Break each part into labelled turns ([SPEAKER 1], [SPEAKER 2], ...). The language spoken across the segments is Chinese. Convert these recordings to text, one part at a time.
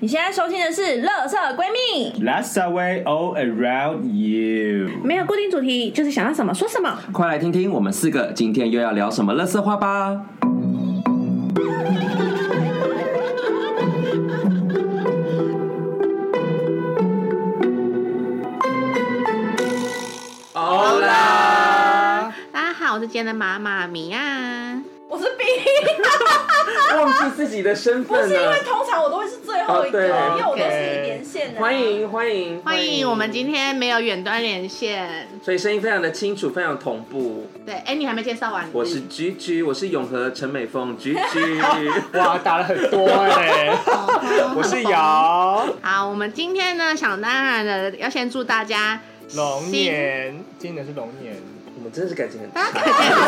[SPEAKER 1] 你现在收听的是《乐色闺蜜》，
[SPEAKER 2] That's the way all around you。
[SPEAKER 1] 没有固定主题，就是想要什么说什么。
[SPEAKER 3] 快来听听我们四个今天又要聊什么乐色话吧！欧啦，
[SPEAKER 4] 大家好，我是今天的妈妈米娅。
[SPEAKER 1] 我是 B，
[SPEAKER 3] 忘记自己的身
[SPEAKER 1] 不
[SPEAKER 3] 份
[SPEAKER 1] 是因
[SPEAKER 3] 了
[SPEAKER 1] 为。通常我都会是最后一个，
[SPEAKER 3] 哦对
[SPEAKER 1] 因为我都是连线的。
[SPEAKER 3] 欢，迎欢迎
[SPEAKER 4] 欢迎我们今天没有远端连线。
[SPEAKER 3] 所以声音非常的清楚，非常同步。
[SPEAKER 4] 对，哎、你还没介绍完。
[SPEAKER 3] 我是 G G，我是永和陈美凤 G G。
[SPEAKER 2] 哇，打了很多哎、我是瑶，
[SPEAKER 4] 好，我们今天呢，想当然的要先祝大家
[SPEAKER 2] 龙
[SPEAKER 4] 新，
[SPEAKER 2] 年，今年是龙年，
[SPEAKER 3] 我们真的是感情很
[SPEAKER 4] 大家
[SPEAKER 3] 差。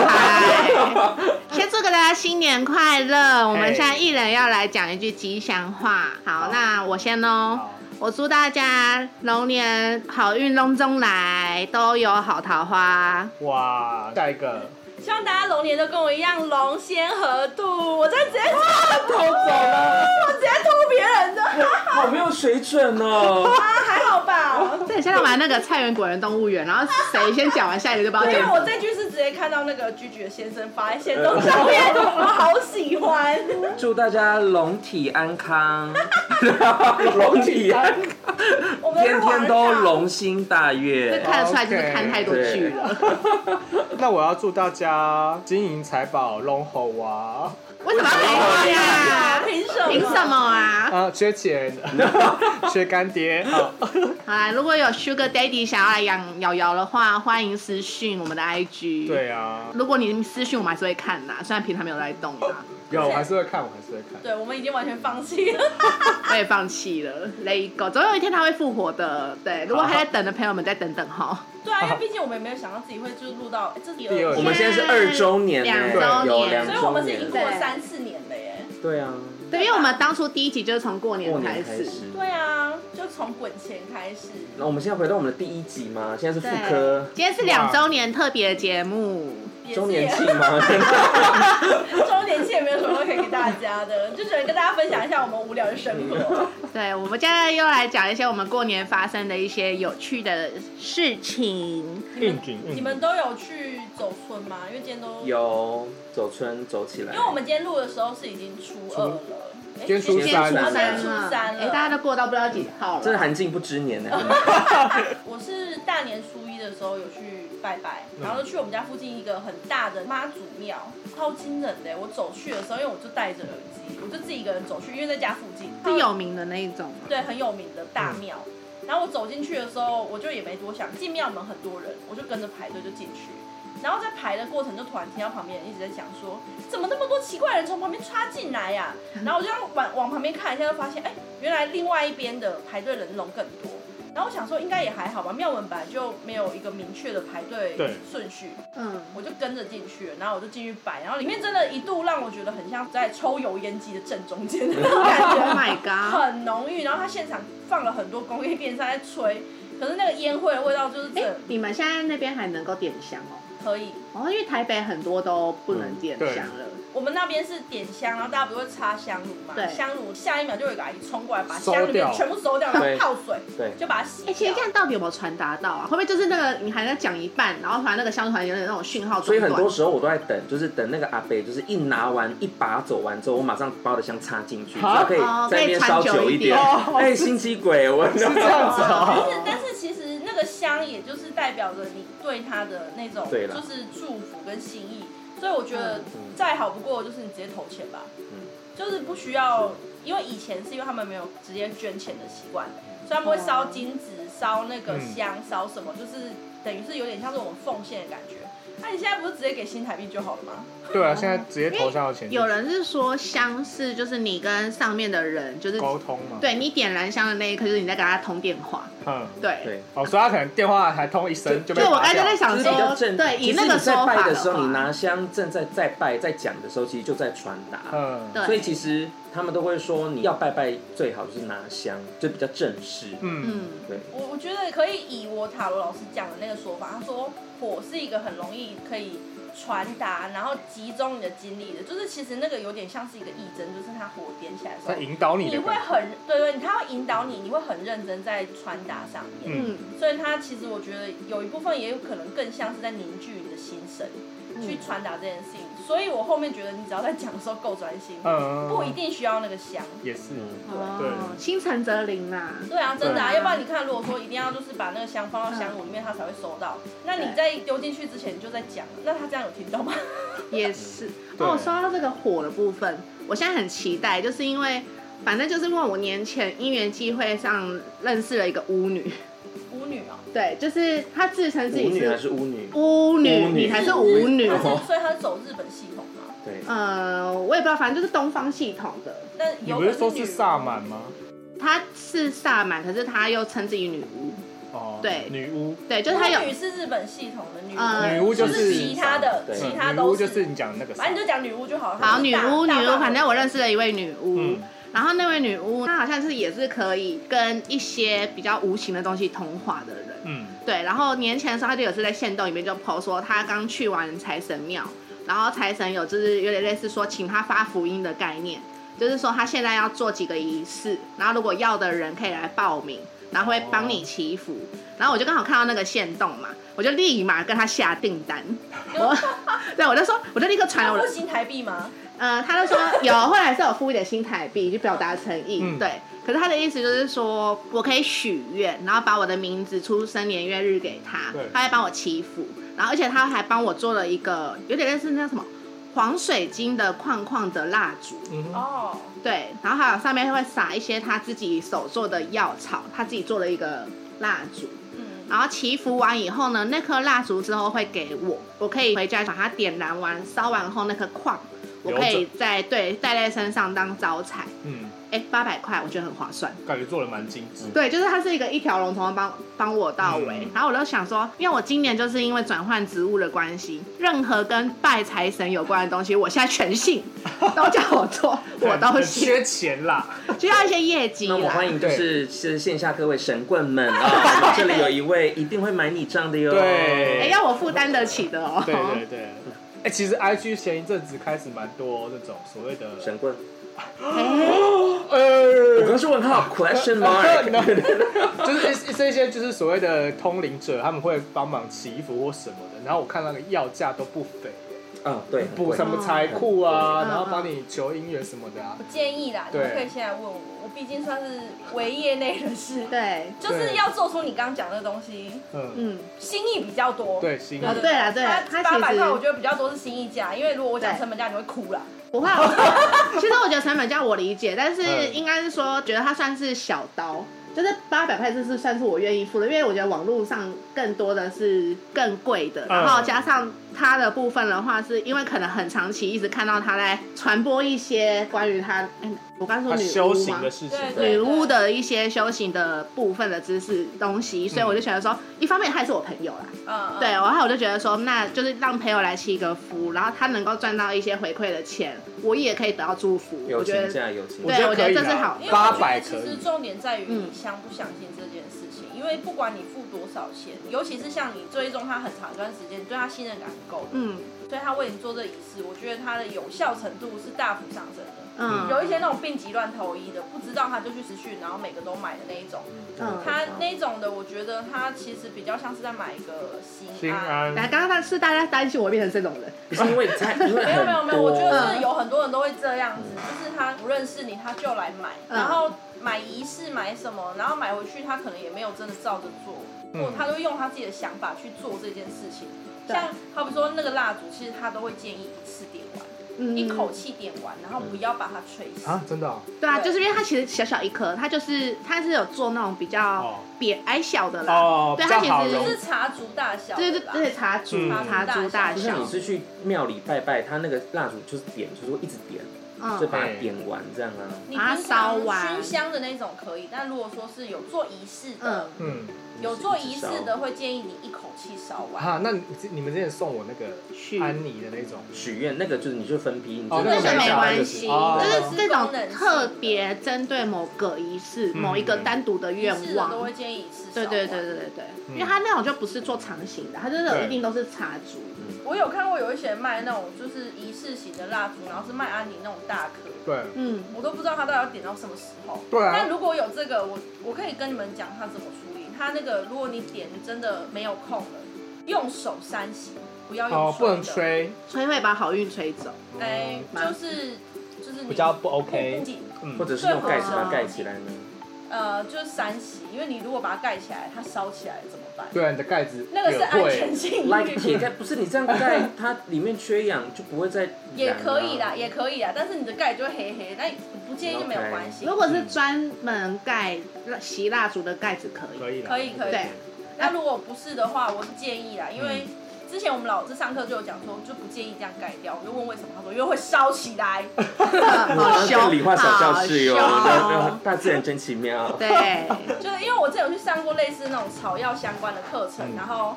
[SPEAKER 4] 可见不开先祝给大家新年快乐。我们现在一人要来讲一句吉祥话。好，那我先哦。
[SPEAKER 2] 好
[SPEAKER 4] 我祝大家龙年好运隆中来，都有好桃花。
[SPEAKER 2] 哇，下一个
[SPEAKER 1] 希望大家龙年都跟我一样龙仙合度。我在直接偷
[SPEAKER 3] 偷走了，
[SPEAKER 1] 我直接偷别人的，
[SPEAKER 3] 好没有水准哦。
[SPEAKER 1] 啊，还好 吧？
[SPEAKER 4] 对，现在玩那个菜园果园动物园，然后谁先讲完，下一个就不要
[SPEAKER 1] 因为
[SPEAKER 4] 讲。
[SPEAKER 1] 我这句是直接看到那个居居的先生发在线动上面，我好喜欢。
[SPEAKER 3] 祝大家龙体安康，龙体安康，
[SPEAKER 1] 我们
[SPEAKER 3] 天天
[SPEAKER 1] 的
[SPEAKER 3] 都
[SPEAKER 1] 晚上
[SPEAKER 3] 龙心大悦。
[SPEAKER 4] 看得出来就是看太多剧了。
[SPEAKER 2] 那我要祝大家金银财宝龙吼娃，
[SPEAKER 4] 为什么要陪我呀？
[SPEAKER 1] 哎凭什么？
[SPEAKER 4] 凭什么？啊？
[SPEAKER 2] 啊，缺钱， 缺干爹，好
[SPEAKER 4] 好啦，如果有 Sugar Daddy 想要来养瑶瑶的话，欢迎私讯我们的 IG。，
[SPEAKER 2] 对啊，
[SPEAKER 4] 如果你私讯，我们还是会看啦，虽然平常没有在动啊 啦，
[SPEAKER 2] 有我还是会看，我还是会看。
[SPEAKER 1] 对，我们已经完全放弃了。
[SPEAKER 4] 我也放弃了。雷狗，总有一天他会复活的。对，如果还在等的朋友们，再等等哈。
[SPEAKER 1] 对啊，因为毕竟我们也没有想到自己会就是录到哎这第
[SPEAKER 2] 第二
[SPEAKER 1] 二
[SPEAKER 3] 我
[SPEAKER 1] 集，
[SPEAKER 3] 们现在是二周年呢，
[SPEAKER 4] 两
[SPEAKER 2] 周年
[SPEAKER 3] 有两
[SPEAKER 1] 所以我
[SPEAKER 3] 周
[SPEAKER 1] 们是已
[SPEAKER 3] 年
[SPEAKER 1] 经过了
[SPEAKER 4] 对
[SPEAKER 1] 三四年了耶。
[SPEAKER 3] 对啊，
[SPEAKER 4] 对，因为我们当初第一集就是从过
[SPEAKER 3] 过
[SPEAKER 4] 年开
[SPEAKER 3] 年开
[SPEAKER 4] 始。
[SPEAKER 3] 始。
[SPEAKER 1] 对啊，就从滚钱开始。
[SPEAKER 3] 那我们现在回到我们的第一集嘛，现在是
[SPEAKER 4] 对
[SPEAKER 3] 妇科，
[SPEAKER 4] 今天是两周年特别节目。
[SPEAKER 1] 也是
[SPEAKER 3] 周年 庆吗？
[SPEAKER 1] 周年庆也没有什么可以给大家的，就只能跟大家分享一下我们无聊的生
[SPEAKER 2] 嗯
[SPEAKER 1] 活。
[SPEAKER 4] 对，我们现在又来讲一些我们过年发生的一些有趣的事情。
[SPEAKER 2] 应景，应
[SPEAKER 1] 你
[SPEAKER 2] 景
[SPEAKER 1] 们都有去走村吗？因为今天都，
[SPEAKER 3] 有走村走起来，
[SPEAKER 1] 因为我们今天录的时候是已经初二了，哎
[SPEAKER 2] 今天初
[SPEAKER 4] 今
[SPEAKER 2] 三
[SPEAKER 4] 天初
[SPEAKER 3] 三
[SPEAKER 4] 三
[SPEAKER 1] 初
[SPEAKER 4] 了，
[SPEAKER 1] 三了
[SPEAKER 4] 哎，大家都过到不知道几号了。
[SPEAKER 3] 真的寒尽不知年呢。
[SPEAKER 1] 我是大年初一的时候有去拜拜，然后就去我们家附近一个很大的妈祖庙，超惊人的。我走去的时候，因为我就戴着耳机，我就自己一个人走去，因为在家附近
[SPEAKER 4] 是有名的那一种吗。
[SPEAKER 1] 对很有名的大庙。然后我走进去的时候，我就也没多想，进庙门很多人，我就跟着排队就进去。然后在排的过程，就突然听到旁边人一直在讲说，怎么那么多奇怪的人从旁边插进来呀、然后我就让往往旁边看一下，就发现，哎，原来另外一边的排队人龙更多。然后我想说，应该也还好吧，庙门本来就没有一个明确的排队
[SPEAKER 2] 对
[SPEAKER 1] 顺序，
[SPEAKER 4] 嗯，
[SPEAKER 1] 我就跟着进去了，然后我就进去摆，然后里面真的一度让我觉得很像在抽油烟机的正中间的那种感觉
[SPEAKER 4] Oh my god！
[SPEAKER 1] 很浓郁，然后它现场放了很多工业电扇在吹，可是那个烟灰的味道就是
[SPEAKER 4] 哎、
[SPEAKER 1] 这
[SPEAKER 4] 你们现在那边还能够点香哦？
[SPEAKER 1] 可以。
[SPEAKER 4] 哦，因为台北很多都不能点香了。
[SPEAKER 3] 嗯
[SPEAKER 1] 我们那边是点香，然后大家不是会插香炉嘛？
[SPEAKER 4] 对
[SPEAKER 1] 香炉下一秒就有一个阿姨冲过来，把
[SPEAKER 2] 收
[SPEAKER 1] 香里面
[SPEAKER 2] 掉
[SPEAKER 1] 全部收掉，然
[SPEAKER 3] 对
[SPEAKER 1] 后泡水，
[SPEAKER 3] 对，
[SPEAKER 1] 就把它洗
[SPEAKER 4] 哎、其实
[SPEAKER 1] 掉
[SPEAKER 4] 这。样到底有没有传达到啊？会不会就是那个你还在讲一半，然后突然那个香团有点那种讯号中
[SPEAKER 3] 所以
[SPEAKER 4] 断？
[SPEAKER 3] 很多 时候我都在等，就是等那个阿伯，就是一拿完一把走完之后，我马上把我的香插进去，就
[SPEAKER 2] 啊
[SPEAKER 3] 可以在那边烧久一点。
[SPEAKER 2] 哦可以传久一点
[SPEAKER 3] 哎，心机鬼，我
[SPEAKER 2] 是这样子
[SPEAKER 1] 但
[SPEAKER 2] 哦。
[SPEAKER 1] 是但是其实那个香也就是代表着你对他的那种
[SPEAKER 3] 对啦
[SPEAKER 1] 就是祝福跟心意，所以我觉得
[SPEAKER 3] 嗯
[SPEAKER 1] 再好不过就是你直接投钱吧，
[SPEAKER 3] 嗯
[SPEAKER 1] 就是不需要，因为以前是因为他们没有直接捐钱的习惯，
[SPEAKER 3] 嗯
[SPEAKER 1] 所以他们会烧金纸、烧那个香、烧什么，就是等于是有点像是我们奉献的感觉。那、你现在不是直接给新台币就好了吗？
[SPEAKER 2] 对啊，现在直接投上的钱，
[SPEAKER 4] 有人是说香是就是你跟上面的人就是
[SPEAKER 2] 沟通嘛，，
[SPEAKER 4] 对你点燃香的那一刻，就是你在跟他通电话。
[SPEAKER 2] 嗯，
[SPEAKER 4] 对，
[SPEAKER 3] 对。
[SPEAKER 2] 哦，所以他可能电话还通一声就被
[SPEAKER 4] 就我
[SPEAKER 2] 拔
[SPEAKER 4] 刚才
[SPEAKER 2] 掉
[SPEAKER 4] 在想
[SPEAKER 3] 就是比较
[SPEAKER 4] 说，
[SPEAKER 3] 正，
[SPEAKER 4] 对，以那个
[SPEAKER 3] 其实
[SPEAKER 4] 说
[SPEAKER 3] 你在
[SPEAKER 4] 法
[SPEAKER 3] 拜的
[SPEAKER 4] 的
[SPEAKER 3] 时候，
[SPEAKER 4] 话
[SPEAKER 3] 你拿香正在在拜在讲的时候，其实就在传达。
[SPEAKER 2] 嗯，
[SPEAKER 4] 对
[SPEAKER 3] 所以其实他们都会说，你要拜拜最好就是拿香，就比较正式。
[SPEAKER 2] 嗯，
[SPEAKER 4] 嗯，
[SPEAKER 3] 对，
[SPEAKER 1] 我我觉得可以以我塔罗老师讲的那个说法，他说火是一个很容易可以传达，然后集中你的精力的，就是其实那个有点像是一个义针，就是它火点起来的时
[SPEAKER 2] 在
[SPEAKER 1] 候，
[SPEAKER 2] 引导你
[SPEAKER 1] 你
[SPEAKER 2] 的
[SPEAKER 1] 会
[SPEAKER 2] 感觉，
[SPEAKER 1] 很对对，它引导你，你会很认真在穿搭上面。
[SPEAKER 4] 嗯，
[SPEAKER 1] 所以它其实我觉得有一部分也有可能更像是在凝聚你的心声，去传达这件事情。所以我后面觉得你只要在讲的时候够专心，
[SPEAKER 2] 嗯，
[SPEAKER 1] 不一定需要那个香。
[SPEAKER 2] 也是，
[SPEAKER 3] 嗯
[SPEAKER 4] 哦，心诚则灵啦。
[SPEAKER 1] 对啊，真的啊，
[SPEAKER 2] 对
[SPEAKER 1] 要不然你看，如果说一定要就是把那个香放到香炉里面，它才会收到。那你在丢进去之前你就在讲，那他这样有听到吗？
[SPEAKER 4] 也是。
[SPEAKER 2] 对
[SPEAKER 4] 哦，说到这个火的部分，我现在很期待，就是因为反正就是因为我年前因缘际会上认识了一个 巫女，
[SPEAKER 1] 舞女哦，
[SPEAKER 4] 对，就是她自称自
[SPEAKER 3] 舞
[SPEAKER 4] 己
[SPEAKER 3] 女还
[SPEAKER 4] 是
[SPEAKER 3] 是巫女？
[SPEAKER 4] 巫女，
[SPEAKER 3] 巫女
[SPEAKER 4] 你才是巫女
[SPEAKER 1] 她。
[SPEAKER 3] 哦
[SPEAKER 1] 是所以他是走日本系统嘛？
[SPEAKER 3] 对，
[SPEAKER 4] 呃，我也不知道，反正就是东方系统的。
[SPEAKER 1] 那
[SPEAKER 2] 你
[SPEAKER 1] 有
[SPEAKER 2] 不
[SPEAKER 1] 可能
[SPEAKER 2] 是说
[SPEAKER 1] 女
[SPEAKER 2] 是萨满吗？
[SPEAKER 4] 她是萨满，可是她又称自己女巫，
[SPEAKER 2] 哦，
[SPEAKER 4] 对
[SPEAKER 2] 女巫，
[SPEAKER 4] 对，就是她有
[SPEAKER 1] 巫女是日本系统的女巫，
[SPEAKER 4] 嗯
[SPEAKER 2] 女巫就
[SPEAKER 1] 呃就是
[SPEAKER 2] 是
[SPEAKER 1] 其他的，
[SPEAKER 3] 对
[SPEAKER 1] 其他
[SPEAKER 2] 嗯女
[SPEAKER 1] 都
[SPEAKER 2] 巫就是你讲的那个萨
[SPEAKER 1] 反正你就讲女巫就好了。
[SPEAKER 4] 好女巫，女
[SPEAKER 1] 大
[SPEAKER 4] 巫，反正我认识了一位女巫，
[SPEAKER 2] 嗯
[SPEAKER 4] 然后那位女巫她好像是也是可以跟一些比较无形的东西通话的人，
[SPEAKER 2] 嗯，
[SPEAKER 4] 对，然后年前的时候，他就有是在线洞里面就 PO 说，他刚去完财神庙，然后财神有就是有点类似说请他发福音的概念，就是说他现在要做几个仪式，然后如果要的人可以来报名，然后会帮你祈福。然后我就刚好看到那个线洞嘛，我就立马跟他下订单，我 对我就说，我就立刻传了
[SPEAKER 1] 她
[SPEAKER 4] 我的
[SPEAKER 1] 付新台币吗？
[SPEAKER 4] 呃，他就说有，后来是有付一点新台币去表达诚意，
[SPEAKER 2] 嗯
[SPEAKER 4] 对。可是他的意思就是说，我可以许愿，然后把我的名字、出生年月日给他
[SPEAKER 2] 对，
[SPEAKER 4] 他会帮我祈福，然后而且他还帮我做了一个有点类似那叫什么黄水晶的框框的蜡烛，
[SPEAKER 2] 嗯哼，
[SPEAKER 1] 哦，
[SPEAKER 4] 对，然后还有上面会撒一些他自己手做的药草，他自己做了一个蜡烛，
[SPEAKER 1] 嗯，
[SPEAKER 4] 然后祈福完以后呢，那颗蜡烛之后会给我，我可以回家把它点燃完、烧完后那颗矿，我可以
[SPEAKER 2] 留
[SPEAKER 4] 再对带在身上当招财。
[SPEAKER 2] 嗯，
[SPEAKER 4] 哎，八百块我觉得很划算。
[SPEAKER 2] 感觉做的蛮精致，
[SPEAKER 4] 对，就是它是一个一条龙，从头帮帮我到尾。
[SPEAKER 2] 嗯
[SPEAKER 4] 然后我就想说，因为我今年就是因为转换职务的关系，任何跟拜财神有关的东西，我现在全信，都叫我做，我
[SPEAKER 2] 很
[SPEAKER 4] 都
[SPEAKER 2] 很
[SPEAKER 4] 信，
[SPEAKER 2] 缺钱啦，
[SPEAKER 4] 就要一些业绩
[SPEAKER 3] 那我们
[SPEAKER 4] 啦。
[SPEAKER 3] 欢迎就是是线下各位神棍们啊，我们这里有一位一定会买你账的哟。
[SPEAKER 2] 对
[SPEAKER 4] 哎，要我负担得起的哦。
[SPEAKER 2] 对对对。哎，其实 IG 前一阵子开始蛮多那种所谓的
[SPEAKER 3] 神棍，我
[SPEAKER 2] 呃
[SPEAKER 3] 刚，是问号 question
[SPEAKER 2] 呃
[SPEAKER 3] mark，
[SPEAKER 2] no，就是这些就是所谓的通灵者，他们会帮忙祈福或什么的，然后我看那个要价都不菲，
[SPEAKER 3] 嗯，对，
[SPEAKER 2] 补什
[SPEAKER 3] 很贵
[SPEAKER 2] 么财库啊，
[SPEAKER 4] 嗯
[SPEAKER 2] 然后帮你求姻缘什么的啊，
[SPEAKER 1] 建议啦，你
[SPEAKER 2] 对
[SPEAKER 1] 们可以先来问我，我毕竟算是为业内人士，
[SPEAKER 4] 对，
[SPEAKER 1] 就是要做出你刚刚讲的东西，
[SPEAKER 2] 嗯，
[SPEAKER 4] 嗯。
[SPEAKER 1] 心意比较多。
[SPEAKER 2] 对，心
[SPEAKER 4] 哦，
[SPEAKER 1] 对
[SPEAKER 4] 对了，对啦，他
[SPEAKER 1] 它八
[SPEAKER 4] 其
[SPEAKER 1] 百
[SPEAKER 4] 实
[SPEAKER 1] 块，我觉得比较多是心意价，因为如果我讲
[SPEAKER 4] 对
[SPEAKER 1] 成本价，你会哭啦。
[SPEAKER 4] 不 会。其实我觉得成本价我理解，但是
[SPEAKER 2] 嗯
[SPEAKER 4] 应该是说，觉得它算是小刀，就是八百块，这是算是我愿意付的，因为我觉得网络上更多的是更贵的，
[SPEAKER 2] 嗯
[SPEAKER 4] 然后加上它的部分的话，是因为可能很长期一直看到他在传播一些关于他，哎，我刚说
[SPEAKER 2] 他
[SPEAKER 4] 女
[SPEAKER 2] 修
[SPEAKER 4] 巫
[SPEAKER 2] 行
[SPEAKER 4] 吗
[SPEAKER 2] 的？事情，
[SPEAKER 1] 对
[SPEAKER 4] 女巫的一些修行的部分的知识东西，所以我就觉得说，一方面他也是我朋友啦，
[SPEAKER 1] 嗯，嗯
[SPEAKER 4] 对，，哦然后我就觉得说，那就是让朋友来祈个福，然后他能够赚到一些回馈的钱，我也可以得到祝福。我
[SPEAKER 3] 友
[SPEAKER 4] 觉
[SPEAKER 3] 情
[SPEAKER 4] 得
[SPEAKER 3] 价，友情
[SPEAKER 4] 对
[SPEAKER 3] 价。
[SPEAKER 4] 我觉得
[SPEAKER 2] 可以
[SPEAKER 4] 这是
[SPEAKER 2] 啦
[SPEAKER 4] 好的
[SPEAKER 1] 因为
[SPEAKER 2] 八
[SPEAKER 1] 我觉
[SPEAKER 2] 百
[SPEAKER 1] 得
[SPEAKER 2] 可
[SPEAKER 1] 其
[SPEAKER 2] 以
[SPEAKER 1] 实，重点在于你
[SPEAKER 4] 嗯
[SPEAKER 1] 相不相信这件事情，因为不管你付多少钱，
[SPEAKER 4] 嗯
[SPEAKER 1] 尤其是像你追踪他很长一段时间，你对他信任感很够的，
[SPEAKER 4] 嗯
[SPEAKER 1] 所以他为你做这仪式，我觉得他的有效程度是大幅上升的。
[SPEAKER 4] 嗯
[SPEAKER 1] 有一些那种病急乱投医的，不知道他就去实训，然后每个都买的那一种，
[SPEAKER 4] 嗯
[SPEAKER 1] 他那种的，我觉得他其实比较像是在买一个心
[SPEAKER 2] 心
[SPEAKER 1] 安。
[SPEAKER 2] 安，
[SPEAKER 4] 来，刚刚他是大家担心我变成这种人，
[SPEAKER 3] 不是因为他，因为
[SPEAKER 1] 没有没有没有，我觉得
[SPEAKER 4] 嗯
[SPEAKER 1] 是有很多人都会这样子，就是他不认识你，他就来买，
[SPEAKER 4] 嗯
[SPEAKER 1] 然后买仪式买什么，然后买回去他可能也没有真的照着做，或
[SPEAKER 2] 嗯
[SPEAKER 1] 者他就用他自己的想法去做这件事情。
[SPEAKER 4] 嗯对
[SPEAKER 1] 像好比说那个蜡烛，其实他都会建议一次点完，
[SPEAKER 4] 嗯
[SPEAKER 1] 一口气点完，然后不要把它吹熄
[SPEAKER 2] 啊。，真的哦，
[SPEAKER 4] 对啊，
[SPEAKER 1] 对
[SPEAKER 4] 就是因为它其实小小一颗，它就是它是有做那种比较
[SPEAKER 2] 哦
[SPEAKER 4] 扁矮小的啦，
[SPEAKER 2] 哦，
[SPEAKER 4] 对
[SPEAKER 2] 比
[SPEAKER 4] 他
[SPEAKER 2] 较
[SPEAKER 4] 其
[SPEAKER 2] 好
[SPEAKER 4] 实
[SPEAKER 1] 就
[SPEAKER 2] 容
[SPEAKER 1] 是茶烛大小的
[SPEAKER 4] 对对
[SPEAKER 1] 啦，
[SPEAKER 4] 对，茶烛
[SPEAKER 2] 嗯
[SPEAKER 4] 茶烛大
[SPEAKER 3] 就
[SPEAKER 1] 就
[SPEAKER 4] 小
[SPEAKER 3] 像你，是去庙里拜拜，他那个蜡烛就是点，就是会一直点，就
[SPEAKER 4] 嗯
[SPEAKER 3] 把它点完这样啊。
[SPEAKER 1] 你
[SPEAKER 4] 把它
[SPEAKER 1] 平
[SPEAKER 4] 烧
[SPEAKER 1] 常
[SPEAKER 4] 完
[SPEAKER 1] 熏香的那种可以，但如果说是有做仪式的
[SPEAKER 4] 嗯，，
[SPEAKER 2] 嗯，
[SPEAKER 1] 有做仪式
[SPEAKER 3] 一直烧
[SPEAKER 1] 的，会建议你一口气烧完。
[SPEAKER 2] 啊，那你你们之前送我那个
[SPEAKER 4] 许
[SPEAKER 2] 安妮的那种，
[SPEAKER 3] 许愿那个就是你就分批，你
[SPEAKER 2] 哦
[SPEAKER 4] 那个
[SPEAKER 3] 没
[SPEAKER 4] 没
[SPEAKER 3] 想到
[SPEAKER 4] 关
[SPEAKER 3] 就
[SPEAKER 4] 系，
[SPEAKER 3] 是
[SPEAKER 2] 哦
[SPEAKER 4] 就是这种特别针对某个仪式、
[SPEAKER 2] 嗯
[SPEAKER 4] 某一个单独的
[SPEAKER 1] 仪式
[SPEAKER 4] 愿
[SPEAKER 1] 的
[SPEAKER 4] 望，
[SPEAKER 1] 都会建议一次
[SPEAKER 4] 对
[SPEAKER 1] 烧完
[SPEAKER 4] 对对对对对，
[SPEAKER 2] 嗯
[SPEAKER 4] 因为它那种就不是做长形的，它就是有
[SPEAKER 2] 对
[SPEAKER 4] 一定都是茶烛。
[SPEAKER 3] 嗯
[SPEAKER 1] 我有看过有一些卖那种就是仪式型的蜡烛，然后是卖安妮那种大颗，
[SPEAKER 2] 对，
[SPEAKER 4] 嗯，
[SPEAKER 1] 我都不知道它到底要点到什么时候。
[SPEAKER 2] 对啊
[SPEAKER 1] 但如果有这个，我我可以跟你们讲它怎么处理。它那个如果你点真的没有空了，用手扇形，不要用
[SPEAKER 2] 哦，
[SPEAKER 1] 吹
[SPEAKER 2] 不
[SPEAKER 1] 的
[SPEAKER 2] 能。吹，
[SPEAKER 4] 所以会把好运吹走。
[SPEAKER 1] 哎、
[SPEAKER 4] 蛮
[SPEAKER 1] 就是就是你
[SPEAKER 2] 嗯比较不 OK
[SPEAKER 1] 不不
[SPEAKER 2] 嗯
[SPEAKER 3] 或，者是用盖子把它盖起来呢？
[SPEAKER 1] 呃，就是扇形，因为你如果把它盖起来，它烧起来怎么办？
[SPEAKER 2] 对啊，你的盖子
[SPEAKER 1] 那个是
[SPEAKER 2] 也
[SPEAKER 1] 安
[SPEAKER 2] 会
[SPEAKER 1] 全性
[SPEAKER 3] like
[SPEAKER 1] 虑。
[SPEAKER 3] 铁盖不是你这样盖，它里面缺氧就不会再、
[SPEAKER 1] 也可以
[SPEAKER 2] 啊
[SPEAKER 1] 啦，，也可以啦，但是你的盖就会黑黑，那你不介意就没有关系
[SPEAKER 2] 嗯
[SPEAKER 4] 如。果是专门盖洗蜡烛的盖子可以，
[SPEAKER 2] 可以啦，
[SPEAKER 1] 可以可以
[SPEAKER 4] 对，
[SPEAKER 1] 那如果不是的话，我是建议啦，因为之前我们老师上课就有讲说，就不建议这样盖掉。我就问为什么，他说因为会烧 起来。
[SPEAKER 2] 嗯
[SPEAKER 4] 好
[SPEAKER 3] 像
[SPEAKER 4] 凶，
[SPEAKER 3] 理化小
[SPEAKER 4] 啊
[SPEAKER 3] 教室哟，那
[SPEAKER 4] 好
[SPEAKER 3] 那大自然真奇妙。
[SPEAKER 4] 凶，对，
[SPEAKER 1] 就是因为我之前有去上过类似那种草药相关的课程，
[SPEAKER 2] 嗯
[SPEAKER 1] 然后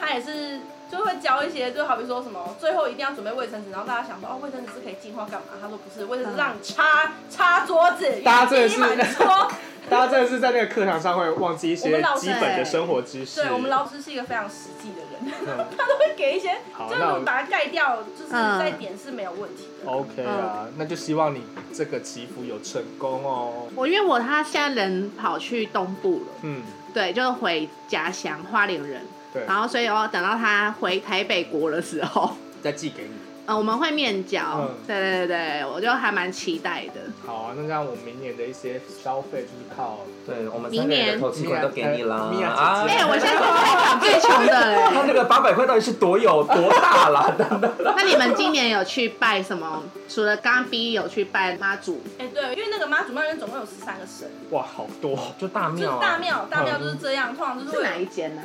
[SPEAKER 1] 他也是就会教一些，就好比说什么最后一定要准备卫生纸，然后大家想说哦，卫生纸是可以净化干嘛？他说不是，卫生纸让你擦擦桌子，
[SPEAKER 2] 大家真的是
[SPEAKER 1] 你 满桌。
[SPEAKER 2] 大家真的是在那个课堂上会忘记一
[SPEAKER 1] 我
[SPEAKER 2] 些
[SPEAKER 1] 们老
[SPEAKER 2] 基本的生活知识。
[SPEAKER 1] 对我们老师是一个非常实际的人，
[SPEAKER 2] 嗯
[SPEAKER 1] 他都会给一些，
[SPEAKER 2] 好
[SPEAKER 1] 就是
[SPEAKER 2] 那我
[SPEAKER 1] 你把它盖掉，就是再点是没有问题的。
[SPEAKER 2] OK 啊，
[SPEAKER 1] 嗯
[SPEAKER 2] 那就希望你这个祈福有成功哦。
[SPEAKER 4] 我因为我他现在人跑去东部了，
[SPEAKER 2] 嗯，
[SPEAKER 4] 对，就是回家乡花莲人，
[SPEAKER 2] 对，
[SPEAKER 4] 然后所以我等到他回台北国的时候，
[SPEAKER 2] 再寄给你。
[SPEAKER 4] 呃，我们会面交
[SPEAKER 2] 嗯，
[SPEAKER 4] 对对对对，我就还蛮期待的。
[SPEAKER 2] 好啊，那这样我明年的一些消费就是靠
[SPEAKER 3] 对，我们
[SPEAKER 4] 明
[SPEAKER 3] 三个人的
[SPEAKER 4] 年
[SPEAKER 3] 透气管都给你啦
[SPEAKER 2] 米娅姐姐
[SPEAKER 3] 啊！
[SPEAKER 4] 哎、我现在是全场最穷的嘞、
[SPEAKER 3] 他那个八百块到底是多有多大啦？等等
[SPEAKER 4] 那你们今年有去拜什么？除了刚刚 B 有去拜妈祖，
[SPEAKER 1] 哎、对，因为那个妈祖庙里面总共有十三个神，
[SPEAKER 2] 哇，好多哦。
[SPEAKER 3] 就大
[SPEAKER 1] 就是
[SPEAKER 3] 庙啊，
[SPEAKER 1] 大庙，大庙就是这样，通常就是
[SPEAKER 4] 是
[SPEAKER 1] 会
[SPEAKER 4] 哪一
[SPEAKER 1] 有
[SPEAKER 4] 间呢、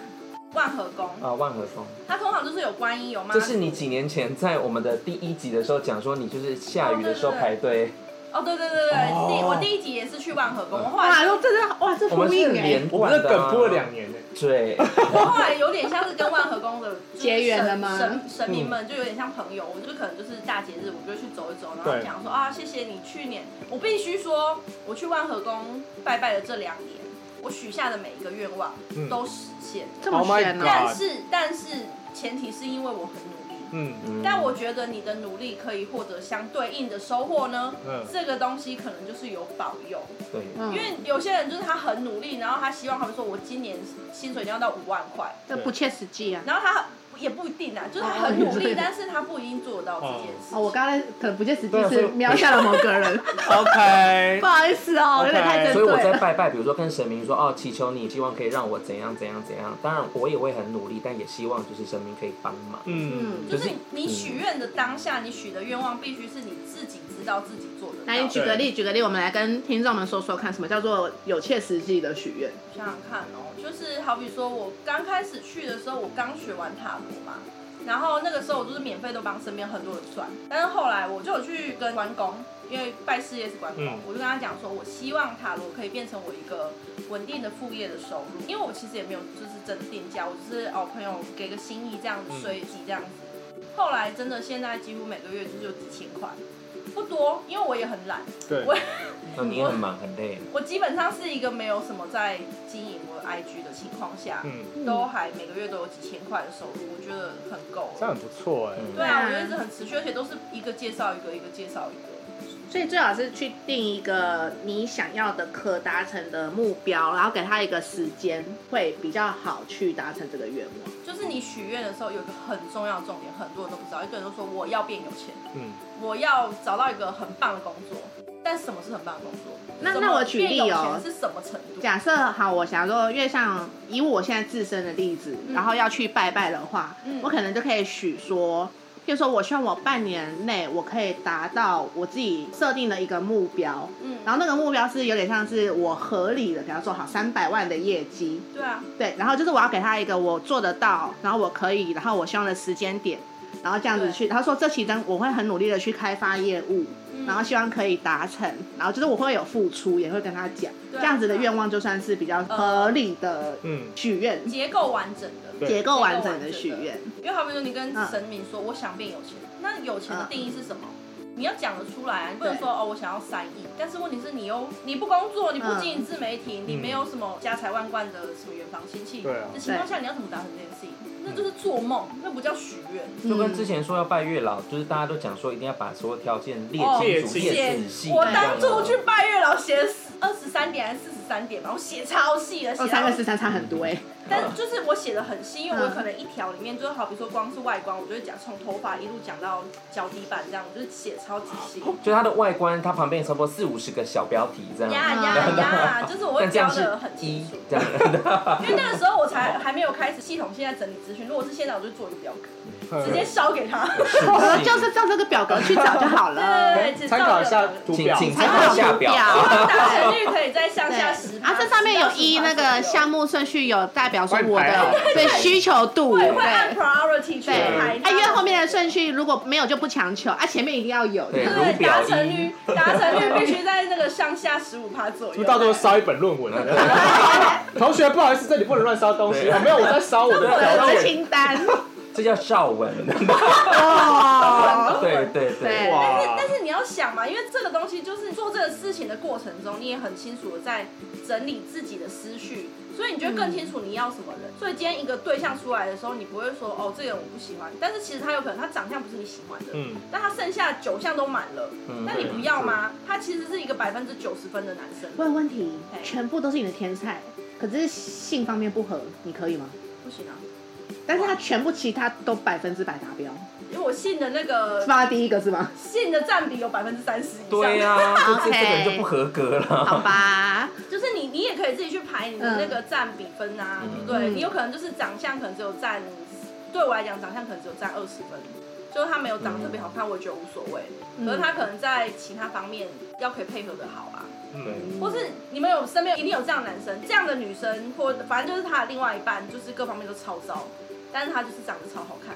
[SPEAKER 1] 万和宫，
[SPEAKER 3] 啊，万和风。
[SPEAKER 1] 它通常就是有观音有妈祖。
[SPEAKER 3] 这是你几年前在我们的第一集的时候讲说，你就是下雨的时候排队，
[SPEAKER 1] 哦，对对对对，
[SPEAKER 2] 哦
[SPEAKER 1] 第我第一集也是去万和宫，我后
[SPEAKER 4] 哇，
[SPEAKER 1] 来
[SPEAKER 4] 这真的哇，这
[SPEAKER 3] 我
[SPEAKER 4] 呼
[SPEAKER 3] 们是
[SPEAKER 4] 应哎、
[SPEAKER 3] 连
[SPEAKER 2] 我们
[SPEAKER 3] 贯
[SPEAKER 2] 这
[SPEAKER 3] 的啊
[SPEAKER 2] 梗铺了两年呢。
[SPEAKER 3] 对，
[SPEAKER 1] 我后来有点像是跟万和宫的就是
[SPEAKER 4] 结缘了吗
[SPEAKER 1] 神神神明们就有点像朋友，我就可能就是大节日，我就会去走一走，然后
[SPEAKER 2] 对
[SPEAKER 1] 讲说啊，谢谢你去年，我必须说，我去万和宫拜拜的这两年，我许下的每一个愿望
[SPEAKER 2] 嗯
[SPEAKER 1] 都实现了，
[SPEAKER 4] 这么
[SPEAKER 2] Oh my
[SPEAKER 4] 悬哦、
[SPEAKER 2] God
[SPEAKER 1] 但是但是前提是因为我很努力。
[SPEAKER 2] 嗯，
[SPEAKER 3] 嗯
[SPEAKER 1] 但我觉得你的努力可以获得相对应的收获呢，
[SPEAKER 2] 嗯
[SPEAKER 1] 这个东西可能就是有保佑，
[SPEAKER 3] 对，
[SPEAKER 4] 嗯
[SPEAKER 1] 因为有些人就是他很努力，然后他希望他们说我今年薪水一定要到五万块，
[SPEAKER 4] 这不切实际啊。
[SPEAKER 1] 然后他也不一定啊，就是他很
[SPEAKER 3] 哦
[SPEAKER 1] 努力，但是他不一定做得到这件事。
[SPEAKER 4] 哦，我刚才可能不切实
[SPEAKER 3] 对
[SPEAKER 4] 际
[SPEAKER 3] 啊所以
[SPEAKER 4] 是瞄向了某个 人，
[SPEAKER 2] OK，
[SPEAKER 4] 不好意思哦、有点太
[SPEAKER 2] OK
[SPEAKER 4] 针
[SPEAKER 3] 所以我
[SPEAKER 4] 对
[SPEAKER 3] 在
[SPEAKER 4] 了。
[SPEAKER 3] 拜拜，比如说跟神明说哦，祈求你，希望可以让我怎样怎样怎样。当然我也会很努力，但也希望就是神明可以帮忙。
[SPEAKER 2] 嗯，
[SPEAKER 3] 哦就
[SPEAKER 1] 就
[SPEAKER 3] 是是
[SPEAKER 1] 你许愿的当下，你许的愿望必须是你自己知道自己做得到。
[SPEAKER 4] 来，你举个例，举个例，我们来跟听众们说说看，什么叫做有切实际的许愿？
[SPEAKER 1] 想想看哦，就是好比说我刚开始去的时候，我刚学完塔罗嘛，然后那个时候我就是免费都帮身边很多人算，但是后来我就有去跟关公，因为拜事业是关公，
[SPEAKER 2] 嗯
[SPEAKER 1] 我就跟他讲说，我希望塔罗可以变成我一个稳定的副业的收入，因为我其实也没有就是真的定价，我只是哦朋友给个心意这样子
[SPEAKER 2] 嗯
[SPEAKER 1] 随机这样子，后来真的现在几乎每个月就是有几千块，不多，因为我也很懒，
[SPEAKER 2] 对，
[SPEAKER 1] 我
[SPEAKER 3] 那你也很忙很累，
[SPEAKER 1] 我基本上是一个没有什么在经营我 IG 的情况下，
[SPEAKER 2] 嗯，
[SPEAKER 1] 都还每个月都有几千块的收入，我觉得很够
[SPEAKER 2] 这样
[SPEAKER 1] 了。
[SPEAKER 2] 很不错哎。
[SPEAKER 3] 嗯
[SPEAKER 1] 对啊，我
[SPEAKER 4] 对啊
[SPEAKER 1] 觉得一直很持续，而且都是一个介绍一个，一个介绍一个。
[SPEAKER 4] 所以最好是去定一个你想要的可达成的目标，然后给他一个时间，会比较好去达成这个愿望。
[SPEAKER 1] 就是你许愿的时候有一个很重要的重点，很多人都不知道，一堆人都说我要变有钱，
[SPEAKER 2] 嗯，
[SPEAKER 1] 我要找到一个很棒的工作，但什么是很棒的工作？
[SPEAKER 4] 那
[SPEAKER 1] 什么
[SPEAKER 4] 那我举例哦
[SPEAKER 1] 变有钱是什么程度？
[SPEAKER 4] 假设好，我想说，因为像以我现在自身的例子，
[SPEAKER 1] 嗯
[SPEAKER 4] 然后要去拜拜的话，
[SPEAKER 1] 嗯
[SPEAKER 4] 我可能就可以许说，譬如说我希望我半年内我可以达到我自己设定的一个目标，
[SPEAKER 1] 嗯，
[SPEAKER 4] 然后那个目标是有点像是我合理的，比方说好三百万的业绩，
[SPEAKER 1] 对啊，
[SPEAKER 4] 对，然后就是我要给他一个我做得到，然后我可以，然后我希望的时间点，然后这样子去，他说这期间我会很努力的去开发业务，
[SPEAKER 1] 嗯
[SPEAKER 4] 然后希望可以达成，然后就是我会有付出，也会跟他讲，
[SPEAKER 1] 对啊嗯
[SPEAKER 4] 这样子的愿望就算是比较合理的
[SPEAKER 2] 嗯
[SPEAKER 4] 许愿，
[SPEAKER 1] 结构完整的。
[SPEAKER 2] 对
[SPEAKER 4] 结构完整的许愿。
[SPEAKER 3] 嗯
[SPEAKER 1] 因为好比说你跟神明说我想变有钱，那有钱的定义是什么？你要讲得出来、啊，你不能
[SPEAKER 4] 对
[SPEAKER 1] 说哦，我想要三亿，但是问题是你又你不工作，你不经营自媒
[SPEAKER 3] 嗯
[SPEAKER 1] 体，你没有什么家财万贯的什么远房亲戚
[SPEAKER 2] 对啊
[SPEAKER 1] 的情况下，你要怎么达成这件事情？那就是做梦，那不叫许愿。
[SPEAKER 3] 就跟之前说要拜月老，就是大家都讲说一定要把所有条件列
[SPEAKER 1] 哦
[SPEAKER 3] 清楚、列
[SPEAKER 2] 列
[SPEAKER 1] 写
[SPEAKER 3] 仔细。
[SPEAKER 1] 我
[SPEAKER 3] 这样啊
[SPEAKER 1] 当初去拜月老写二十三点还是四十三点吧，我写超细的，写
[SPEAKER 4] 二
[SPEAKER 1] 到
[SPEAKER 4] 哦三跟十三差很多 哎、
[SPEAKER 2] 嗯
[SPEAKER 1] 但就是我写的很细，因为我
[SPEAKER 4] 嗯
[SPEAKER 1] 可能一条里面就是好比说光是外观，我就会讲从头发一路讲到脚底板这样，我就是写超级 细。
[SPEAKER 2] 嗯
[SPEAKER 3] 就它的外观，它旁边差不多四五十个小标题这样。
[SPEAKER 1] 呀呀
[SPEAKER 4] 嗯
[SPEAKER 1] 呀！就是我会
[SPEAKER 3] 但这样
[SPEAKER 1] 教
[SPEAKER 3] 是
[SPEAKER 1] 的很
[SPEAKER 3] 一
[SPEAKER 1] 清楚，
[SPEAKER 3] 这样的，
[SPEAKER 1] 因为那个时候我才还没有开始系统现在整理资讯。如果是现在，我就做一个表格，
[SPEAKER 2] 嗯
[SPEAKER 1] 直接烧 给他。
[SPEAKER 4] 我 就是照这个表格去找就好了。
[SPEAKER 1] 对，只
[SPEAKER 2] 参
[SPEAKER 1] 照
[SPEAKER 2] 考
[SPEAKER 1] 着
[SPEAKER 2] 一下
[SPEAKER 1] 表格
[SPEAKER 2] 图
[SPEAKER 3] 请
[SPEAKER 2] 表，
[SPEAKER 3] 请
[SPEAKER 4] 参
[SPEAKER 3] 参
[SPEAKER 4] 考
[SPEAKER 3] 考
[SPEAKER 4] 下
[SPEAKER 3] 下
[SPEAKER 4] 表
[SPEAKER 3] 表。
[SPEAKER 1] 达成率可以再向
[SPEAKER 4] 对
[SPEAKER 1] 下十。
[SPEAKER 4] 啊，这上面有一那个
[SPEAKER 1] 项
[SPEAKER 4] 项
[SPEAKER 1] 目
[SPEAKER 4] 目顺序有代表说
[SPEAKER 2] 帮你
[SPEAKER 4] 我
[SPEAKER 2] 排好
[SPEAKER 4] 的对需求度，
[SPEAKER 1] 会
[SPEAKER 4] 对
[SPEAKER 1] 会按 priority 去
[SPEAKER 4] 对，哎
[SPEAKER 1] 排，它。
[SPEAKER 4] 因为后面的顺序如果没有就不强求，啊，前面一定要有。
[SPEAKER 3] 对
[SPEAKER 1] 对达成率达成率必须在那个上下十五趴左
[SPEAKER 2] 是不是
[SPEAKER 1] 右。
[SPEAKER 2] 到时候烧一本论文了。 同学，不好意思，这里不能乱烧东西。
[SPEAKER 3] 对
[SPEAKER 2] 哦没有，我在烧我的
[SPEAKER 3] 对
[SPEAKER 2] 表
[SPEAKER 4] 我
[SPEAKER 3] 对
[SPEAKER 4] 的
[SPEAKER 2] 件。
[SPEAKER 4] 清单
[SPEAKER 3] 这叫少文。
[SPEAKER 4] 哦，
[SPEAKER 3] 对对对，
[SPEAKER 4] 对
[SPEAKER 1] 但是
[SPEAKER 2] 哇，
[SPEAKER 1] 但是你要想嘛，因为这个东西就是做这个事情的过程中，你也很清楚的在整理自己的思绪，所以你就会更清楚你要什么人。所以今天一个对象出来的时候，你不会说哦这个人我不喜欢，但是其实他有可能他长相不是你喜欢的，
[SPEAKER 2] 嗯，
[SPEAKER 1] 但他剩下九项都满了，
[SPEAKER 3] 嗯嗯
[SPEAKER 1] 那你不要吗？他其实是一个百分之九十分的男生，
[SPEAKER 4] 问问题
[SPEAKER 1] 哎，
[SPEAKER 4] 全部都是你的天菜，可是性方面不合，你可以吗？
[SPEAKER 1] 不行啊，
[SPEAKER 4] 但是他全部其他都百分之百达标，
[SPEAKER 1] 因为我信的那 个
[SPEAKER 4] 是吧？第一个是吗？
[SPEAKER 1] 信的占比有百分之三十以上。
[SPEAKER 3] 对啊呀、就这
[SPEAKER 4] OK
[SPEAKER 3] 这个人就不合格
[SPEAKER 4] 好
[SPEAKER 3] 了。
[SPEAKER 4] 吧，
[SPEAKER 1] 就是你，你也可以自己去排你的那个占比分啊，
[SPEAKER 3] 嗯
[SPEAKER 1] 对不对？
[SPEAKER 4] 嗯
[SPEAKER 1] 你有可能就是长相可能只有占，对我来讲长相可能只有占二十分，就是他没有长得特别好看，我也觉得无所谓。
[SPEAKER 4] 嗯
[SPEAKER 1] 可是他可能在其他方面要可以配合的好啊，
[SPEAKER 2] 嗯，
[SPEAKER 1] 或是你们有身边一定有这样的男生，这样的女生，或反正就是他的另外一半，就是各方面都超糟，但是他就是长得超好看，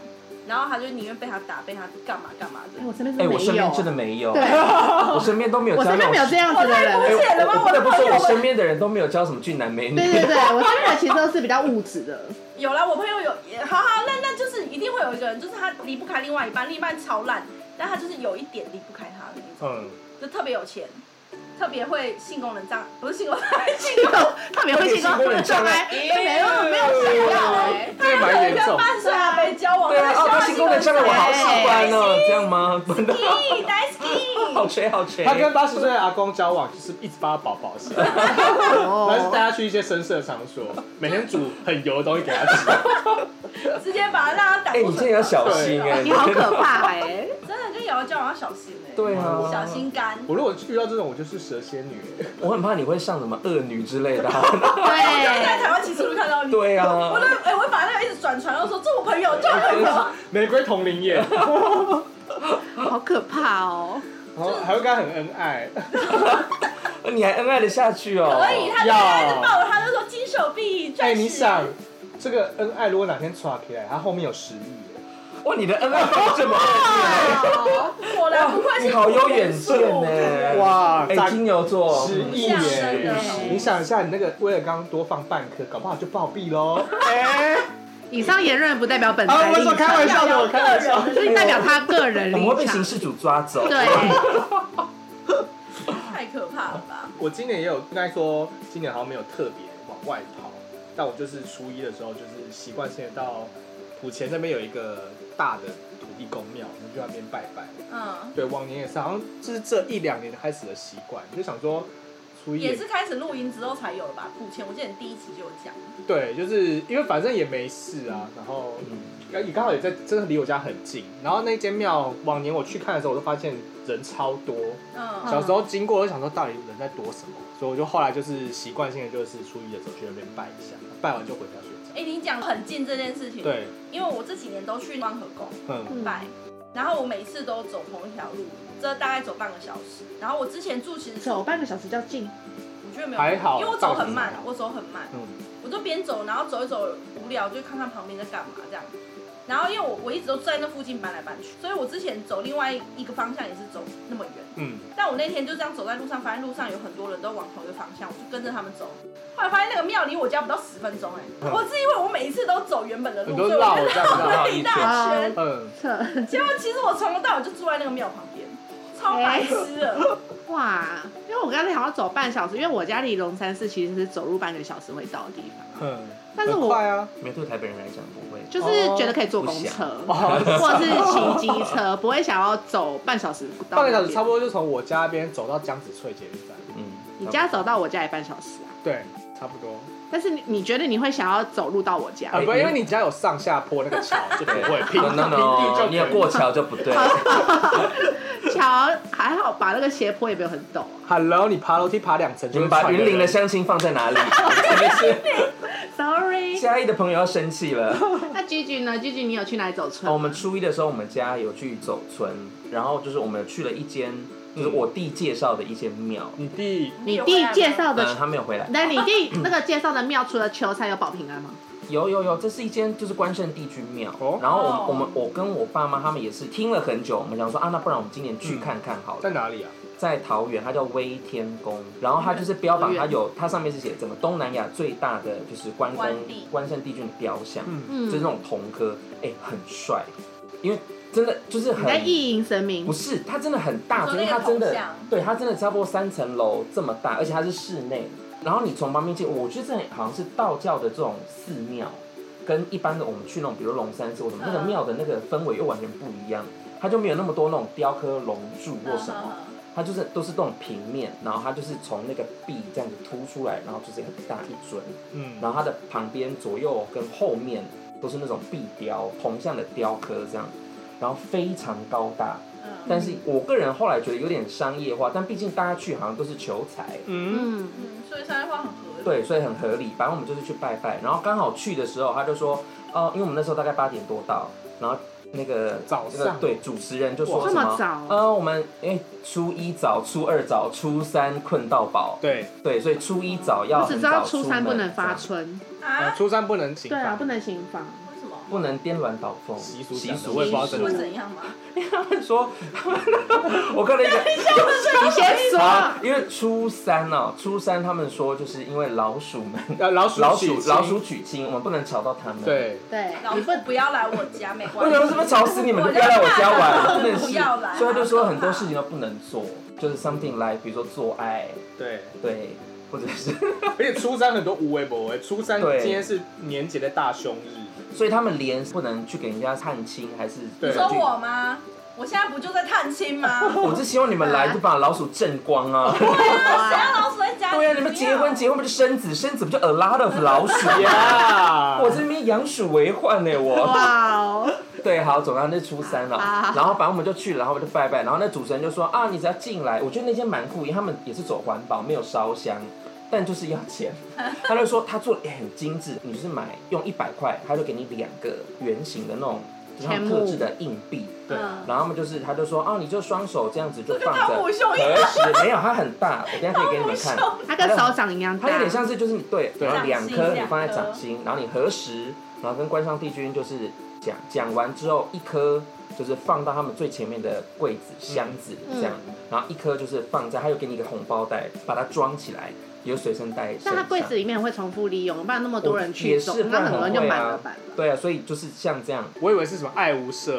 [SPEAKER 1] 然后他就宁愿被他打，被他干嘛干嘛的
[SPEAKER 4] 哎，。我身边
[SPEAKER 3] 哎、
[SPEAKER 4] 真的
[SPEAKER 3] 我
[SPEAKER 4] 没
[SPEAKER 3] 身
[SPEAKER 4] 有
[SPEAKER 3] 边
[SPEAKER 4] 啊，
[SPEAKER 3] 真的没有，哎
[SPEAKER 4] 对，
[SPEAKER 3] 我身边都没有
[SPEAKER 4] 我
[SPEAKER 3] 交
[SPEAKER 4] 身
[SPEAKER 3] 那
[SPEAKER 4] 边
[SPEAKER 3] 种
[SPEAKER 4] 没有这样子的人。
[SPEAKER 1] 我太肤浅了吧
[SPEAKER 3] 我不得不说，
[SPEAKER 1] 我的朋友
[SPEAKER 3] 我
[SPEAKER 1] 们
[SPEAKER 3] 身边的人都没有交什么俊男美女。
[SPEAKER 4] 对对对，我身边的其实都是比较物质 的，
[SPEAKER 1] 有啦，我朋友有，也好好，那那就是一定会有一个人，就是他离不开另外一半，另一半超烂，但他就是有一点离不开他的那种，
[SPEAKER 2] 嗯，
[SPEAKER 1] 就特别有钱，特别会性功能障，不是性功能， 性
[SPEAKER 4] 这种特别会性功能障碍，没有没有想到 哎。
[SPEAKER 3] 哦
[SPEAKER 1] 他有
[SPEAKER 2] 这
[SPEAKER 1] 可
[SPEAKER 2] 蛮
[SPEAKER 1] 能
[SPEAKER 2] 严
[SPEAKER 1] 跟
[SPEAKER 2] 重。
[SPEAKER 1] 半岁阿伯交往，
[SPEAKER 3] 对啊，哦，
[SPEAKER 1] 他
[SPEAKER 3] 他
[SPEAKER 1] 需
[SPEAKER 3] 性
[SPEAKER 1] 要
[SPEAKER 3] 功能障碍我好喜欢哦，这样吗？真的，
[SPEAKER 1] 咦，大好
[SPEAKER 3] 好吹好吹。
[SPEAKER 2] 他跟八十岁的阿公交往，就是一直帮他保保险，
[SPEAKER 4] 哦
[SPEAKER 2] 但是带他去一些深色场所，每天煮很油的东西给他吃。
[SPEAKER 1] 直接把他让他打
[SPEAKER 3] 哎、
[SPEAKER 1] 破
[SPEAKER 3] 你
[SPEAKER 1] 手
[SPEAKER 3] 真的要小心哎、
[SPEAKER 4] 你好可 怕哎！
[SPEAKER 1] 真的跟瑶瑶交往要小心哎、
[SPEAKER 3] 对啊，
[SPEAKER 1] 小心肝，
[SPEAKER 2] 我如果遇到这种，我就是蛇仙女。
[SPEAKER 3] 我很怕你会上什么恶女之类的、
[SPEAKER 1] 在台
[SPEAKER 4] 对，
[SPEAKER 1] 湾骑车路看到 你，
[SPEAKER 3] 对啊
[SPEAKER 1] 我都哎、我会把那个一直转传，然后说这我朋友，这我朋友。
[SPEAKER 2] 玫瑰同林眼，
[SPEAKER 4] 好可怕哦！
[SPEAKER 2] 然后还会跟他很恩 爱。
[SPEAKER 3] 你还恩爱的下去哦？
[SPEAKER 1] 可以，他就
[SPEAKER 2] 要
[SPEAKER 1] 开始抱着他，就说金手臂，钻
[SPEAKER 2] 哎、
[SPEAKER 1] 石。
[SPEAKER 2] 你想，这个恩爱如果哪天垮起来，他后面有十亿，
[SPEAKER 3] 哇，你的恩爱没这么恶劣。
[SPEAKER 1] 果然不愧是
[SPEAKER 3] 你好有远见呢！
[SPEAKER 2] 哇
[SPEAKER 3] 哎、
[SPEAKER 2] 大
[SPEAKER 3] 金牛座，嗯
[SPEAKER 2] 十亿
[SPEAKER 1] 吓人
[SPEAKER 2] 耶
[SPEAKER 1] 的！
[SPEAKER 2] 你想一下，你那个威尔刚多放半颗，搞不好就暴毙喽。 哎、
[SPEAKER 4] 以上言论不代表本
[SPEAKER 2] 好，
[SPEAKER 4] 台
[SPEAKER 2] 我
[SPEAKER 4] 立
[SPEAKER 2] 说开哎玩
[SPEAKER 4] 场，
[SPEAKER 2] 笑的，我开玩笑的。
[SPEAKER 4] 就是代表他个人
[SPEAKER 3] 我们会
[SPEAKER 4] 立
[SPEAKER 3] 被刑
[SPEAKER 4] 场。
[SPEAKER 3] 事组抓走。
[SPEAKER 4] 对，
[SPEAKER 1] 太可怕了吧？
[SPEAKER 2] 我今年也有，应该说今年好像没有特别往外跑，但我就是初一的时候，就是习惯性的到土前那边有一个大的土地公庙，我们就去那边拜拜。
[SPEAKER 1] 嗯，
[SPEAKER 2] 对，往年也是，好像就是这一两年开始的习惯，就想说初一
[SPEAKER 1] 也是开始录音之后才有的吧？普前我记得你第一集就有讲，
[SPEAKER 2] 对，就是因为反正也没事啊，然后
[SPEAKER 3] 嗯
[SPEAKER 2] 也刚好也在真的离我家很近，然后那间庙往年我去看的时候，我都发现人超多，
[SPEAKER 1] 嗯，
[SPEAKER 2] 小时候经过我就想说到底人在躲什么，所以我就后来就是习惯性的就是初一的时候去那边拜一下，拜完就回家睡觉。
[SPEAKER 1] 哎、你讲很近这件事情，，
[SPEAKER 2] 对，
[SPEAKER 1] 因为我这几年都去光和宫
[SPEAKER 2] 嗯，
[SPEAKER 4] 嗯
[SPEAKER 1] 拜，然后我每次都走同一条路，这大概走半个小时。然后我之前住其实
[SPEAKER 4] 走半个小时较近，
[SPEAKER 1] 我觉得没有，
[SPEAKER 2] 还好
[SPEAKER 1] 因为我走很慢
[SPEAKER 2] 半，个
[SPEAKER 1] 我走很慢，
[SPEAKER 2] 嗯
[SPEAKER 1] 我就边走，然后走一走无聊，就看看旁边在干嘛这样。然后因为我我一直都在那附近搬来搬去，所以我之前走另外一个方向也是走那么远。
[SPEAKER 2] 嗯，
[SPEAKER 1] 但我那天就这样走在路上，发现路上有很多人都往同一个方向，我就跟着他们走。后来发现那个庙离我家不到十分钟、哎、
[SPEAKER 2] 嗯
[SPEAKER 1] 我是因为我每一次都走原
[SPEAKER 4] 嗯
[SPEAKER 1] 本的路，
[SPEAKER 2] 很
[SPEAKER 1] 所
[SPEAKER 2] 多
[SPEAKER 1] 以我
[SPEAKER 2] 绕
[SPEAKER 1] 就
[SPEAKER 2] 这样
[SPEAKER 1] 绕
[SPEAKER 2] 绕
[SPEAKER 1] 了一大圈。
[SPEAKER 2] 嗯，
[SPEAKER 4] 这
[SPEAKER 1] 结果其实我从头到尾就住在那个庙旁边，超白痴的。
[SPEAKER 4] 哇，因为我刚才想要走半小时，因为我家离龙山寺其实是走路半个小时会到的地方，
[SPEAKER 2] 哼，
[SPEAKER 4] 但是
[SPEAKER 2] 很
[SPEAKER 4] 我
[SPEAKER 2] 快啊，
[SPEAKER 3] 没有对台北人来讲不会，
[SPEAKER 4] 就是觉得可以坐公车、
[SPEAKER 2] 哦
[SPEAKER 4] 或者是骑机车，不会想要走半小时到。
[SPEAKER 2] 半个小时差不。多就从我家那边走到江子翠捷运站，
[SPEAKER 3] 嗯，
[SPEAKER 4] 你家走到我家也半小时啊，
[SPEAKER 2] 对，差不多。
[SPEAKER 4] 但是你你觉得你会想要走路到我家？
[SPEAKER 3] 哎
[SPEAKER 2] 啊，不，因为你家有上下坡那个桥，就不
[SPEAKER 3] 对
[SPEAKER 2] 会平
[SPEAKER 3] ，no
[SPEAKER 2] 平
[SPEAKER 3] no
[SPEAKER 2] 地就
[SPEAKER 3] no，
[SPEAKER 2] 可以
[SPEAKER 3] 哦你有过桥就不对，
[SPEAKER 2] 呃
[SPEAKER 4] 桥还好吧，那个斜坡也没有很陡啊。
[SPEAKER 2] Hello，你爬楼梯爬两层
[SPEAKER 3] 你
[SPEAKER 2] 就
[SPEAKER 3] 们
[SPEAKER 2] 会
[SPEAKER 3] 把
[SPEAKER 2] 喘
[SPEAKER 3] 云林的
[SPEAKER 2] 人
[SPEAKER 3] 乡亲放在哪里？真的是
[SPEAKER 4] Sorry，
[SPEAKER 3] 嘉义的朋友要生气了。
[SPEAKER 4] 那 Gigi 呢？Gigi 你有去哪里走村吗、
[SPEAKER 3] 哦，我们初一的时候，我们家有去走村，然后就是我们去了一间，就是
[SPEAKER 2] 嗯
[SPEAKER 3] 我弟介绍的一间庙，
[SPEAKER 2] 你弟
[SPEAKER 4] 你弟介绍
[SPEAKER 3] 嗯，
[SPEAKER 4] 的，
[SPEAKER 3] 他没有回来。
[SPEAKER 4] 那、你弟那个介绍的庙除了求财有保平安吗？
[SPEAKER 3] 有有有，这是一间就是关圣帝君庙
[SPEAKER 2] 哦，
[SPEAKER 3] 然后我们
[SPEAKER 1] 哦
[SPEAKER 3] 我们我跟我爸妈他们也是听了很久，我们想说啊，那不然我们今年
[SPEAKER 2] 嗯
[SPEAKER 3] 去看看好
[SPEAKER 2] 在
[SPEAKER 3] 了，
[SPEAKER 2] 哪里啊？
[SPEAKER 3] 在桃园，它叫威天宫，然后它就是标榜它有，它上面是写整个东南亚最大的就是关公
[SPEAKER 1] 关帝
[SPEAKER 3] 关圣帝君的雕像，
[SPEAKER 2] 嗯，
[SPEAKER 4] 嗯
[SPEAKER 3] 就是那种铜刻，哎，很帅，因为真的就是
[SPEAKER 4] 你在
[SPEAKER 3] 很
[SPEAKER 4] 意淫神明
[SPEAKER 3] 不，是，它真的很大，就
[SPEAKER 1] 你说
[SPEAKER 3] 是
[SPEAKER 1] 那个
[SPEAKER 3] 它真的
[SPEAKER 1] 头像，
[SPEAKER 3] 对，它真的差不多三层楼这么大，而且它是室内。然后你从旁边进，我觉得这好像是道教的这种寺庙，跟一般的我们去那种，比如龙山寺或什么，那个
[SPEAKER 1] 嗯
[SPEAKER 3] 庙的那个氛围又完全不一样。它就没有那么多那种雕刻龙柱或什么，它就是都是这种平面，然后它就是从那个壁这样子凸出来，然后就是很大一尊，
[SPEAKER 2] 嗯，
[SPEAKER 3] 然后它的旁边、左右跟后面都是那种壁雕、铜像的雕刻这样，然后非常高大，
[SPEAKER 1] 嗯
[SPEAKER 3] 但是我个人后来觉得有点商业化，但毕竟大家去好像都是求财，
[SPEAKER 2] 嗯，
[SPEAKER 4] 嗯，
[SPEAKER 1] 嗯，所以商业化很合理。
[SPEAKER 3] 对，所以很合理。反正我们就是去拜拜，然后刚好去的时候，他就说，哦、因为我们那时候大概八点多到，然后那个
[SPEAKER 2] 早
[SPEAKER 3] 那
[SPEAKER 2] 上
[SPEAKER 3] 个对主持人就说
[SPEAKER 2] 哇
[SPEAKER 3] 什
[SPEAKER 4] 这么早
[SPEAKER 3] 呃，我们哎、初一早、初二早、初三困到饱，
[SPEAKER 2] 对，
[SPEAKER 3] 对，所以初一早要
[SPEAKER 4] 我只
[SPEAKER 3] 很
[SPEAKER 4] 知
[SPEAKER 3] 早
[SPEAKER 4] 道
[SPEAKER 3] 出
[SPEAKER 4] 初
[SPEAKER 3] 门
[SPEAKER 4] 三不能发
[SPEAKER 3] 这样
[SPEAKER 4] 春，
[SPEAKER 2] 啊
[SPEAKER 1] 啊？
[SPEAKER 2] 初三不能请
[SPEAKER 4] 对啊，
[SPEAKER 2] 饭
[SPEAKER 4] 不，能行房。
[SPEAKER 1] 为什么？
[SPEAKER 3] 不能颠鸾倒凤，
[SPEAKER 2] 习俗
[SPEAKER 3] 习
[SPEAKER 2] 讲的
[SPEAKER 3] 俗
[SPEAKER 2] 我也不知道
[SPEAKER 3] 习
[SPEAKER 2] 真
[SPEAKER 3] 俗
[SPEAKER 2] 的
[SPEAKER 1] 会怎样吗？
[SPEAKER 3] 他们说， 我看了一个，
[SPEAKER 4] 你先
[SPEAKER 3] 啊
[SPEAKER 4] 说，，
[SPEAKER 3] 因为初三哦，初三他们说就是因为老鼠们
[SPEAKER 2] 呃，老鼠
[SPEAKER 3] 老
[SPEAKER 2] 娶
[SPEAKER 3] 鼠
[SPEAKER 2] 亲
[SPEAKER 3] 老鼠，娶亲，我们不能吵到他们。，
[SPEAKER 2] 对，
[SPEAKER 4] 对，
[SPEAKER 1] 老
[SPEAKER 4] 你
[SPEAKER 1] 师
[SPEAKER 4] 不
[SPEAKER 1] 不要来我家，没
[SPEAKER 3] 为
[SPEAKER 1] 关
[SPEAKER 3] 什么
[SPEAKER 1] 系。
[SPEAKER 3] 是不是吵死你们？就不要来我家玩，
[SPEAKER 1] 我
[SPEAKER 3] 真的
[SPEAKER 1] 不要来
[SPEAKER 3] 是。所以他就说很多事情都不能做，就是 something like 比如说做爱，
[SPEAKER 2] 对，
[SPEAKER 3] 对，或者是，
[SPEAKER 2] 而且初三很多无为不为，初三
[SPEAKER 3] 对
[SPEAKER 2] 今天是年节的大凶 日，
[SPEAKER 3] 所以他们连不能去给人家探亲，还是
[SPEAKER 2] 对
[SPEAKER 1] 你说我吗？我现在不就在探亲吗？
[SPEAKER 3] 我是希望你们来就把老鼠震光 啊！
[SPEAKER 1] 谁要老鼠在家里？
[SPEAKER 3] 对啊，你们结婚结婚不就生子，生子不就 a lot of 老鼠呀？
[SPEAKER 2] 呀，
[SPEAKER 3] 我这边养鼠为患呢，我。
[SPEAKER 4] 哇哦，
[SPEAKER 3] 对，好，总之那是初三了，
[SPEAKER 4] 啊
[SPEAKER 3] 然后反正我们就去了，然后我们就拜拜，然后那主持人就说啊，你只要进来，我觉得那间蛮酷，因为他们也是走环保，没有烧香，但就是要钱。他就说他做的很精致，你就是买用一百块，他就给你两个圆形的那种，就是他们
[SPEAKER 4] 钱
[SPEAKER 3] 特
[SPEAKER 4] 木
[SPEAKER 3] 制的硬币。
[SPEAKER 2] 对，
[SPEAKER 1] 嗯
[SPEAKER 3] 然后他们就是，他就说啊，你就双手这样子就
[SPEAKER 1] 这跟
[SPEAKER 3] 放着，
[SPEAKER 1] 汤姆熊一样
[SPEAKER 3] 可是没有，它很大，我等一下可以给你们看
[SPEAKER 1] 汤姆，熊
[SPEAKER 4] 它跟手掌一样大，
[SPEAKER 3] 它有点像是就是你对，
[SPEAKER 2] 对
[SPEAKER 3] 然后两颗
[SPEAKER 1] 掌心
[SPEAKER 3] 你放在掌
[SPEAKER 1] 两颗
[SPEAKER 3] 心，然后你核实，然后跟关上帝君就是讲讲完之后，一颗就是放到他们最前面的柜子箱子里
[SPEAKER 4] 嗯
[SPEAKER 3] 这样，然后一颗就是放在，他又给你一个红包袋，把它装起来，有随身带身
[SPEAKER 4] 但它
[SPEAKER 3] 上。
[SPEAKER 4] 柜子里面会重复利用，不然那么
[SPEAKER 3] 我
[SPEAKER 4] 多人去
[SPEAKER 3] 也
[SPEAKER 4] 走
[SPEAKER 3] 是，，
[SPEAKER 4] 那很
[SPEAKER 3] 很
[SPEAKER 4] 多人就满了吧。
[SPEAKER 3] 对啊，所以就是像这样，
[SPEAKER 2] 我以为是什么爱无赦，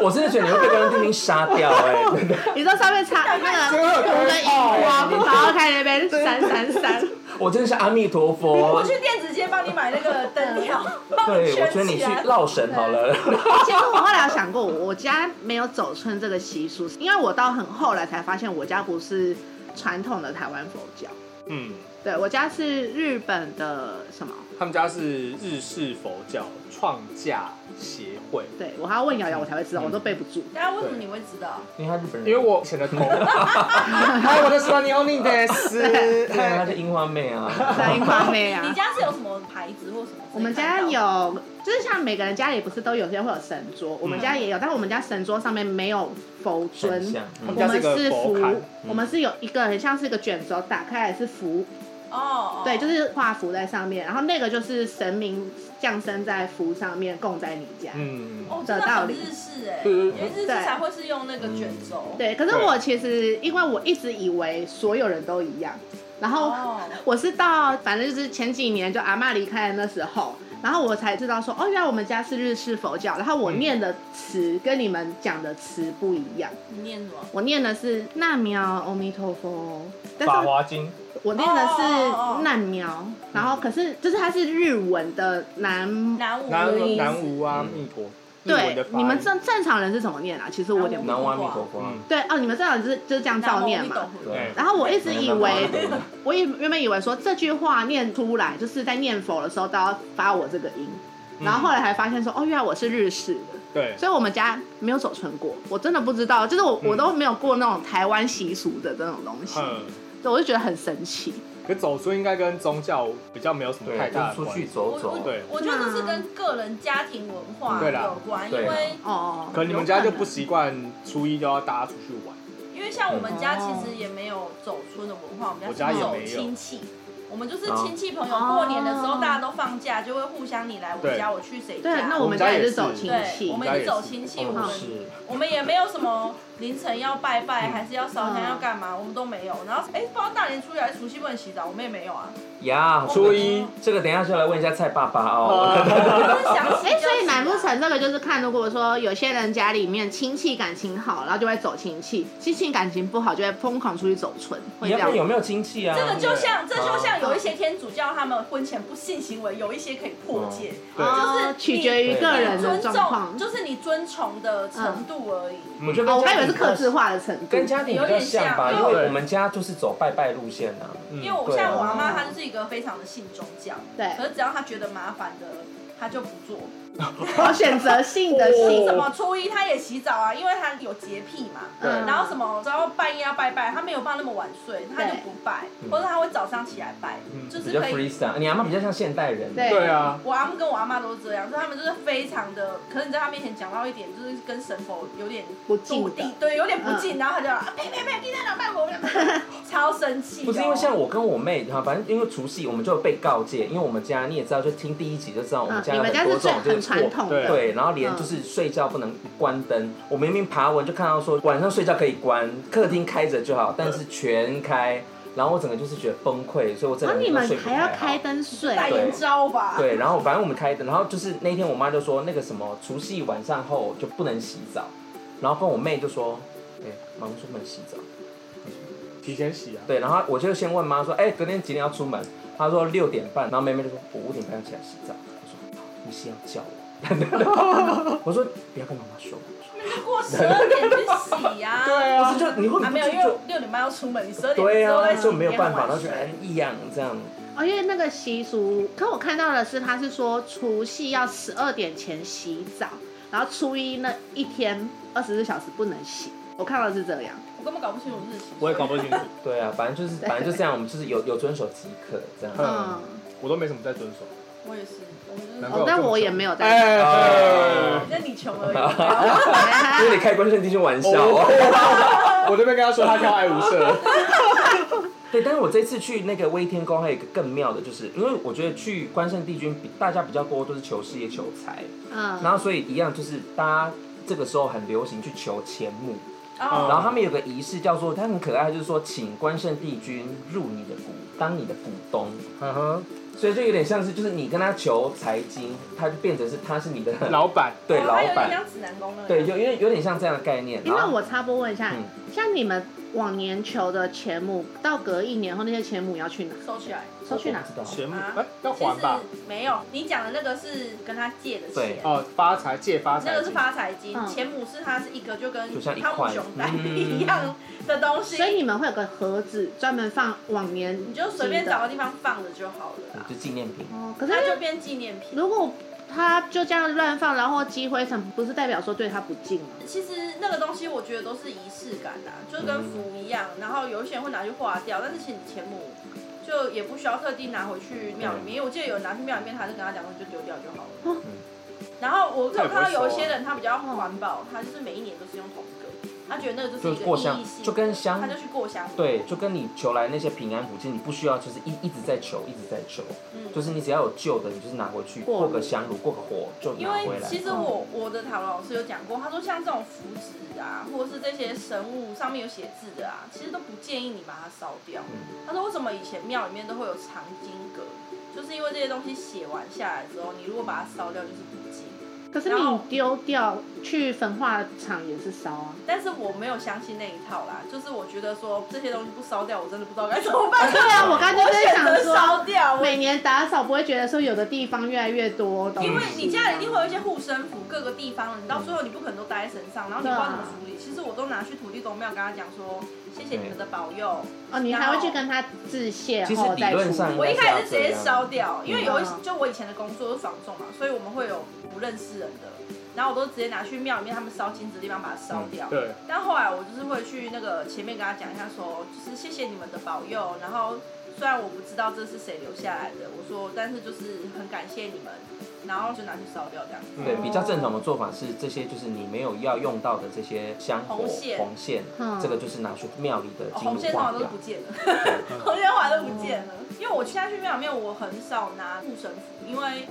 [SPEAKER 3] 我真的觉得你会被关帝君杀 掉哎、真的
[SPEAKER 4] 你说上面插那
[SPEAKER 2] 真的
[SPEAKER 4] 个
[SPEAKER 2] 有
[SPEAKER 4] 红跟荧光，
[SPEAKER 2] 灯泡
[SPEAKER 4] 然后开那边闪闪闪，
[SPEAKER 3] 我真的是阿弥陀佛
[SPEAKER 1] 我。去电子街帮你买那个灯条，帮
[SPEAKER 3] 对，我
[SPEAKER 1] 圈
[SPEAKER 3] 觉得你去
[SPEAKER 1] 起来。
[SPEAKER 3] 绕神好 了。
[SPEAKER 4] 而且我后来有想过，我家没有走村这个习俗，因为我到很后来才发现，我家不是传统的台湾佛教，
[SPEAKER 2] 嗯，
[SPEAKER 4] 对我家是日本的什么？
[SPEAKER 2] 他们家是日式佛教创价协会，
[SPEAKER 4] 对我还要问瑶瑶，我才会知道，我都背不住。
[SPEAKER 1] 大家为什么你会知道？
[SPEAKER 3] 因为他日本人，
[SPEAKER 2] 因为我以前的头，嗨，我的是你用你的是，
[SPEAKER 3] 对啊，他是樱花妹啊。
[SPEAKER 4] 在一方面
[SPEAKER 1] 你
[SPEAKER 4] 啊，
[SPEAKER 1] 家是有什么牌子或什么？
[SPEAKER 4] 我们家，
[SPEAKER 1] 哦
[SPEAKER 4] 有，就是像每个人家里不是都有些会有神桌，我们家也有，但我们家神桌上面没有佛
[SPEAKER 3] 很
[SPEAKER 4] 尊，
[SPEAKER 3] 像，
[SPEAKER 2] 他
[SPEAKER 4] 我
[SPEAKER 3] 嗯
[SPEAKER 2] 家是
[SPEAKER 4] 们
[SPEAKER 2] 一个
[SPEAKER 4] 是
[SPEAKER 2] 佛
[SPEAKER 4] 符
[SPEAKER 2] 龛，
[SPEAKER 4] 我们是有一个很像是一个卷轴，打开来是符，
[SPEAKER 1] 哦，
[SPEAKER 4] 对，就是画符在上面，然后那个就是神明降生在符上面，供在你家。
[SPEAKER 2] 嗯，
[SPEAKER 1] 哦，真的很日式哎，
[SPEAKER 2] 对对
[SPEAKER 3] 嗯
[SPEAKER 1] 因
[SPEAKER 2] 对
[SPEAKER 1] 为日式才会是用那个卷轴。
[SPEAKER 4] 对，可是
[SPEAKER 2] 对
[SPEAKER 4] 我其实因为我一直以为所有人都一样，然后
[SPEAKER 1] 哦，
[SPEAKER 4] 我是到反正就是前几年就阿嬷离开的那时候，然后我才知道说，哦，原来我们家是日式佛教，然后我念的词跟你们讲的词不一样，
[SPEAKER 1] 你念什么？
[SPEAKER 4] 我念的是那苗阿弥陀佛，但
[SPEAKER 2] 法
[SPEAKER 4] 是
[SPEAKER 2] 华经，
[SPEAKER 4] 我念的
[SPEAKER 1] 哦哦哦
[SPEAKER 4] 是难苗，然后可是就是它是日文的南，
[SPEAKER 1] 南无
[SPEAKER 2] 南
[SPEAKER 1] 的意思
[SPEAKER 2] 南无啊阿
[SPEAKER 3] 嗯
[SPEAKER 2] 弥陀，日文的
[SPEAKER 4] 对，
[SPEAKER 2] 发
[SPEAKER 4] 你们
[SPEAKER 2] 音
[SPEAKER 4] 正正常人是怎么念啊？其实我有点不
[SPEAKER 1] 南
[SPEAKER 3] 南
[SPEAKER 1] 无
[SPEAKER 3] 无
[SPEAKER 1] 阿
[SPEAKER 3] 阿
[SPEAKER 1] 弥
[SPEAKER 3] 弥
[SPEAKER 1] 陀
[SPEAKER 3] 陀
[SPEAKER 1] 佛
[SPEAKER 3] 佛，啊
[SPEAKER 2] 嗯，哎
[SPEAKER 4] 对哦，你们正常人就是就是这样照念嘛。
[SPEAKER 1] 南无阿弥陀佛
[SPEAKER 3] 对，
[SPEAKER 4] 然后我一直以为，
[SPEAKER 3] 对
[SPEAKER 4] 我也原本以为说这句话念出来，就是在念佛的时候都要发我这个音，
[SPEAKER 2] 嗯
[SPEAKER 4] 然后后来才发现说，哦，原来我是日式的，
[SPEAKER 2] 对，
[SPEAKER 4] 所以我们家没有走春过，我真的不知道，就是我
[SPEAKER 2] 嗯
[SPEAKER 4] 我都没有过那种台湾习俗的那种东西，
[SPEAKER 2] 嗯，
[SPEAKER 4] 对，我就觉得很神奇。
[SPEAKER 2] 可走出应该跟宗教比较没有什么太大
[SPEAKER 3] 哎就
[SPEAKER 2] 的
[SPEAKER 3] 出
[SPEAKER 2] 关
[SPEAKER 3] 去
[SPEAKER 2] 系，
[SPEAKER 1] 我
[SPEAKER 3] 走走
[SPEAKER 1] 我，
[SPEAKER 2] 对
[SPEAKER 1] 我觉得这是跟个人家庭文化
[SPEAKER 2] 对啦
[SPEAKER 1] 有关，因
[SPEAKER 3] 对啦
[SPEAKER 1] 为
[SPEAKER 4] 哦，
[SPEAKER 2] 可能你们家
[SPEAKER 4] 有
[SPEAKER 2] 就不习惯初一就要大家出去玩，
[SPEAKER 1] 因为像我们家其
[SPEAKER 4] 嗯
[SPEAKER 1] 实也没有走村的文化，我们
[SPEAKER 2] 我
[SPEAKER 1] 家
[SPEAKER 2] 家
[SPEAKER 1] 是
[SPEAKER 2] 也
[SPEAKER 1] 走
[SPEAKER 2] 没有
[SPEAKER 1] 亲戚。我们就是
[SPEAKER 3] 哦
[SPEAKER 1] 亲戚朋友，过年的时
[SPEAKER 4] 哦
[SPEAKER 1] 候大家都放假，就会互相你来我
[SPEAKER 2] 对
[SPEAKER 1] 家，我去谁家。
[SPEAKER 4] 对，那我
[SPEAKER 2] 我
[SPEAKER 4] 们
[SPEAKER 2] 们
[SPEAKER 4] 家
[SPEAKER 2] 家
[SPEAKER 4] 也
[SPEAKER 2] 也
[SPEAKER 4] 是走
[SPEAKER 2] 是
[SPEAKER 4] 亲
[SPEAKER 1] 对，
[SPEAKER 4] 戚
[SPEAKER 1] 我，们
[SPEAKER 2] 家
[SPEAKER 1] 也
[SPEAKER 2] 也
[SPEAKER 1] 是
[SPEAKER 2] 是
[SPEAKER 1] 走亲戚，我们
[SPEAKER 3] 是
[SPEAKER 1] 我们也没有什么凌晨要拜拜，还是要烧香
[SPEAKER 4] 嗯
[SPEAKER 1] 要干嘛，我们都没有。然后哎，不知道大年初一还是除夕不能洗澡，我们也没有 啊。
[SPEAKER 3] 呀，
[SPEAKER 4] 哦
[SPEAKER 2] 初一
[SPEAKER 3] 这个等一下就来问一下蔡爸爸 哦。
[SPEAKER 1] 就是想洗
[SPEAKER 4] 哎、
[SPEAKER 1] 就洗啊
[SPEAKER 4] 所以难不成这个就是看，如果说有些人家里面亲戚感情好，然后就会走亲戚；亲戚感情不好，就会疯狂出去走村，会
[SPEAKER 3] 你
[SPEAKER 4] 这
[SPEAKER 3] 要
[SPEAKER 4] 样
[SPEAKER 3] 看。有没有亲戚啊？
[SPEAKER 1] 这个就像，这
[SPEAKER 3] 对
[SPEAKER 1] 就像有一些天主教他们婚前不性行为，有一些可以
[SPEAKER 3] 嗯
[SPEAKER 1] 破戒，
[SPEAKER 2] 对
[SPEAKER 4] 哦
[SPEAKER 1] 就是
[SPEAKER 4] 取决于
[SPEAKER 3] 你
[SPEAKER 4] 个人
[SPEAKER 1] 你
[SPEAKER 4] 的
[SPEAKER 1] 尊
[SPEAKER 4] 状
[SPEAKER 1] 重，
[SPEAKER 4] 况。嗯
[SPEAKER 1] 就是你尊崇的程度而已。
[SPEAKER 3] 我觉得
[SPEAKER 4] 哦，我
[SPEAKER 3] 跟
[SPEAKER 4] 刚以
[SPEAKER 3] 家
[SPEAKER 4] 为
[SPEAKER 3] 庭
[SPEAKER 4] 是克制化的程度
[SPEAKER 3] 跟。家庭比较像吧，因为我们家就是走拜拜路线啊。
[SPEAKER 2] 嗯
[SPEAKER 1] 因为我
[SPEAKER 3] 对啊
[SPEAKER 1] 像我妈妈，她就是一个非常的信宗教，
[SPEAKER 4] 对
[SPEAKER 1] 可是只要她觉得麻烦的，她就不做。
[SPEAKER 3] 哦
[SPEAKER 4] 我哦选择性的
[SPEAKER 1] 你
[SPEAKER 4] 性
[SPEAKER 1] 什么初一她也洗澡啊，因为她有洁癖嘛。
[SPEAKER 2] 对
[SPEAKER 4] 嗯
[SPEAKER 1] 然后什么只要半夜要拜拜，她没有办法那么晚睡，她就不拜，
[SPEAKER 3] 对
[SPEAKER 1] 或者她会早上起来拜，
[SPEAKER 2] 嗯
[SPEAKER 1] 就
[SPEAKER 3] 嗯比
[SPEAKER 1] 是
[SPEAKER 3] 较
[SPEAKER 1] 可以
[SPEAKER 3] freestyle，你阿妈比较像现代人。
[SPEAKER 4] 对
[SPEAKER 2] 对啊，
[SPEAKER 1] 我阿公跟我阿妈都是这样，所以他们就是非常的，可是你在他面前讲到一点，就是跟神佛有点
[SPEAKER 4] 不敬的
[SPEAKER 1] 地，对，有点不
[SPEAKER 3] 嗯
[SPEAKER 1] 敬，然后他就啊呸呸呸，你在哪拜我？超生气的哦。
[SPEAKER 3] 不是因为像我跟我妹，哈，反正因为除夕我们就被告诫，因为我们家你也知道，就听第一集就知道我们
[SPEAKER 4] 嗯，
[SPEAKER 3] 家
[SPEAKER 4] 你
[SPEAKER 3] 有很
[SPEAKER 4] 们家
[SPEAKER 3] 多
[SPEAKER 4] 是
[SPEAKER 3] 这
[SPEAKER 4] 最
[SPEAKER 3] 种就
[SPEAKER 4] 很
[SPEAKER 3] 是
[SPEAKER 4] 传
[SPEAKER 3] 错。
[SPEAKER 4] 统
[SPEAKER 2] 对
[SPEAKER 4] 的，
[SPEAKER 3] 对，然后连就是睡觉不能关灯，我明明爬文就看到说晚上睡觉可以关，客厅开着就好，但是全开，然后我整个就是觉得崩溃，所以我整
[SPEAKER 4] 然后
[SPEAKER 3] 个人
[SPEAKER 4] 啊你
[SPEAKER 3] 就
[SPEAKER 4] 们
[SPEAKER 3] 睡不
[SPEAKER 4] 还要
[SPEAKER 3] 太好
[SPEAKER 4] 开灯啊睡，
[SPEAKER 1] 大
[SPEAKER 3] 对
[SPEAKER 1] 眼招吧？，
[SPEAKER 3] 对，然后反正我们开灯，然后就是那天我妈就说那个什么除夕晚上后就不能洗澡，然后跟我妹就说，哎、妈妈说不能洗澡，
[SPEAKER 2] 提前洗啊，
[SPEAKER 3] 对，然后我就先问妈说，哎、隔天几点要出门？她说六点半，然后妹妹就说我五点半要起来洗澡，我说好你先要叫我， 我说不要跟妈妈说，
[SPEAKER 1] 那就过十二点去洗呀。
[SPEAKER 2] 对
[SPEAKER 3] 不
[SPEAKER 2] 啊
[SPEAKER 3] 是，就你会
[SPEAKER 1] 啊，
[SPEAKER 3] 不
[SPEAKER 1] 没有，
[SPEAKER 3] 就
[SPEAKER 1] 因为
[SPEAKER 3] 就
[SPEAKER 1] 六点半要出门，你哎十二点
[SPEAKER 3] 对
[SPEAKER 1] 之后
[SPEAKER 3] 啊
[SPEAKER 1] 再，
[SPEAKER 3] 就没有办法，然
[SPEAKER 1] 然
[SPEAKER 3] 后就哎异样这样，
[SPEAKER 4] 哦，因为那个习俗，可我看到的是，他是说除夕要十二点前洗澡，然后初一那一天二十四小时不能洗。我看到的是这样，
[SPEAKER 1] 我根本搞不清楚日期。
[SPEAKER 2] 我也搞不清楚，
[SPEAKER 3] 对啊，反正就是反正就这样，我们就是有有遵守即可这样。
[SPEAKER 4] 嗯
[SPEAKER 2] 嗯，我都没什么在遵守，
[SPEAKER 1] 我也是，我们
[SPEAKER 2] 难
[SPEAKER 1] 就
[SPEAKER 4] 哦，
[SPEAKER 2] 怪
[SPEAKER 1] 是
[SPEAKER 4] 但
[SPEAKER 2] 这么
[SPEAKER 4] 我也
[SPEAKER 2] 穷
[SPEAKER 4] 没有在。
[SPEAKER 2] 哎
[SPEAKER 3] 哦，
[SPEAKER 1] 那你穷 而已。
[SPEAKER 3] 因为你开关圣帝君玩笑哦。
[SPEAKER 2] 我这边跟他说，他叫爱无赦。
[SPEAKER 3] 对，但是我这次去那个微天宫，还有一个更妙的，就是因为我觉得去关圣帝君比大家比较多都是求事业、求财，然
[SPEAKER 4] 嗯，
[SPEAKER 3] 后所以一样就是大家这个时候很流行去求钱母，
[SPEAKER 1] 哦
[SPEAKER 3] 然后他们有个仪式叫做，它很可爱，就是说请关圣帝君入你的股，当你的股东，
[SPEAKER 2] 嗯哼，
[SPEAKER 3] 所以就有点像是就是你跟他求财经，他就变成是他是你的
[SPEAKER 2] 老板，
[SPEAKER 3] 对
[SPEAKER 1] 哦
[SPEAKER 3] 老
[SPEAKER 1] 它有点
[SPEAKER 3] 板，
[SPEAKER 1] 像指南宫那样
[SPEAKER 3] 对，就有点有点像这样的概念。
[SPEAKER 4] 因
[SPEAKER 3] 然
[SPEAKER 4] 为
[SPEAKER 3] 后
[SPEAKER 4] 我插播问一下，像你们往年求的钱母，到隔一年后那些钱母要去哪？
[SPEAKER 1] 收起来。
[SPEAKER 4] 收去哪
[SPEAKER 3] 我？不知道
[SPEAKER 2] 钱
[SPEAKER 1] 啊
[SPEAKER 2] 哎要
[SPEAKER 1] 其
[SPEAKER 2] 还吧？
[SPEAKER 1] 实没有，你讲的那个是跟他借的
[SPEAKER 3] 对
[SPEAKER 1] 钱。
[SPEAKER 2] 哦，发财借发财
[SPEAKER 1] 那
[SPEAKER 2] 金，
[SPEAKER 1] 个是发财金
[SPEAKER 4] 嗯，
[SPEAKER 1] 钱母是它是一个就跟
[SPEAKER 3] 就像一
[SPEAKER 1] 汤姆
[SPEAKER 3] 块
[SPEAKER 1] 熊蛋
[SPEAKER 3] 嗯
[SPEAKER 1] 一样的东西，
[SPEAKER 4] 所以你们会有个盒子专门放往年，
[SPEAKER 1] 你就随便找个地方放着就好了啦，
[SPEAKER 3] 就纪念品。
[SPEAKER 4] 哦。可是
[SPEAKER 1] 它就变纪念品。
[SPEAKER 4] 如果他就这样乱放，然后积灰尘，不是代表说对他不敬吗？
[SPEAKER 1] 其实那个东西我觉得都是仪式感啦，就是跟符一样，然后有一些人会拿去化掉，但是其实钱母就也不需要特地拿回去庙
[SPEAKER 3] 嗯
[SPEAKER 1] 里面，因为我记得有人拿去庙里面，他就跟他讲说你就丢掉就好了。
[SPEAKER 4] 哦
[SPEAKER 1] 然后我
[SPEAKER 2] 他
[SPEAKER 1] 有
[SPEAKER 2] 也不
[SPEAKER 1] 看
[SPEAKER 2] 会
[SPEAKER 1] 到有一
[SPEAKER 2] 收啊
[SPEAKER 1] 些人他比较环保，他就是每一年都是用同一个，他觉得那个就是
[SPEAKER 3] 就
[SPEAKER 1] 一
[SPEAKER 3] 是
[SPEAKER 1] 个
[SPEAKER 3] 过香
[SPEAKER 1] 意义性的
[SPEAKER 3] 就跟香
[SPEAKER 1] 他就去过香，
[SPEAKER 3] 对，就跟你求来那些平安符，其实你不需要，就是一一直在求，一直在求，
[SPEAKER 1] 嗯
[SPEAKER 3] 就是你只要有旧的，你就是拿回去
[SPEAKER 4] 过
[SPEAKER 3] 过个香炉，过个火就
[SPEAKER 1] 因
[SPEAKER 3] 拿回
[SPEAKER 1] 为
[SPEAKER 3] 来。嗯
[SPEAKER 1] 其实我我的塔罗老师有讲过，他说像这种符纸啊，或者是这些神物上面有写字的啊，
[SPEAKER 3] 嗯
[SPEAKER 1] 其实都不建议你把它烧掉。他说为什么以前庙里面都会有藏经阁，就是因为这些东西写完下来之后，你如果把它烧掉就是不敬。
[SPEAKER 4] 可是你丢掉去焚化厂也是烧啊，
[SPEAKER 1] 但是我没有相信那一套啦，就是我觉得说这些东西不烧掉，我真的不知道该怎么办。
[SPEAKER 4] 对 啊我刚刚就在想说
[SPEAKER 1] 我选择烧掉，我
[SPEAKER 4] 每年打扫不会觉得说有的地方越来越多东西，
[SPEAKER 1] 因为你家里一定会有一些护身符，各个地方，你到最后你不可能都待在身上，然后你不知道怎么处理。其实我都拿去土地公庙跟他讲说，谢谢你们的保佑。
[SPEAKER 4] 哦，你还会去跟他致谢
[SPEAKER 3] 其实
[SPEAKER 4] 后再
[SPEAKER 3] 理论上
[SPEAKER 4] 处
[SPEAKER 1] 我
[SPEAKER 4] 理
[SPEAKER 1] 一开始直接烧掉，
[SPEAKER 3] 嗯
[SPEAKER 1] 因为有一
[SPEAKER 4] 嗯
[SPEAKER 1] 就我以前的工作是房仲嘛，所以我们会有不认识人的，然后我都直接拿去庙里面他们烧金子的地方把它烧掉。
[SPEAKER 2] 嗯对，
[SPEAKER 1] 但后来我就是会去那个前面跟他讲一下说，就是谢谢你们的保佑，然后虽然我不知道这是谁留下来的，我说但是就是很感谢你们，然后就拿去烧掉这样
[SPEAKER 2] 嗯
[SPEAKER 1] 子。
[SPEAKER 3] 对，比较正统的做法是这些，就是你没有要用到的这些香火、
[SPEAKER 1] 红线
[SPEAKER 3] 红线
[SPEAKER 4] 嗯
[SPEAKER 3] 这个就是拿去庙里的
[SPEAKER 1] 哦
[SPEAKER 3] 金
[SPEAKER 1] 红线
[SPEAKER 3] 炉
[SPEAKER 1] 通
[SPEAKER 3] 化
[SPEAKER 1] 常都是
[SPEAKER 3] 掉
[SPEAKER 1] 不。见了， 红线后来都不见了，
[SPEAKER 3] 嗯
[SPEAKER 1] 因为我下去庙里面我很少拿护身符，因为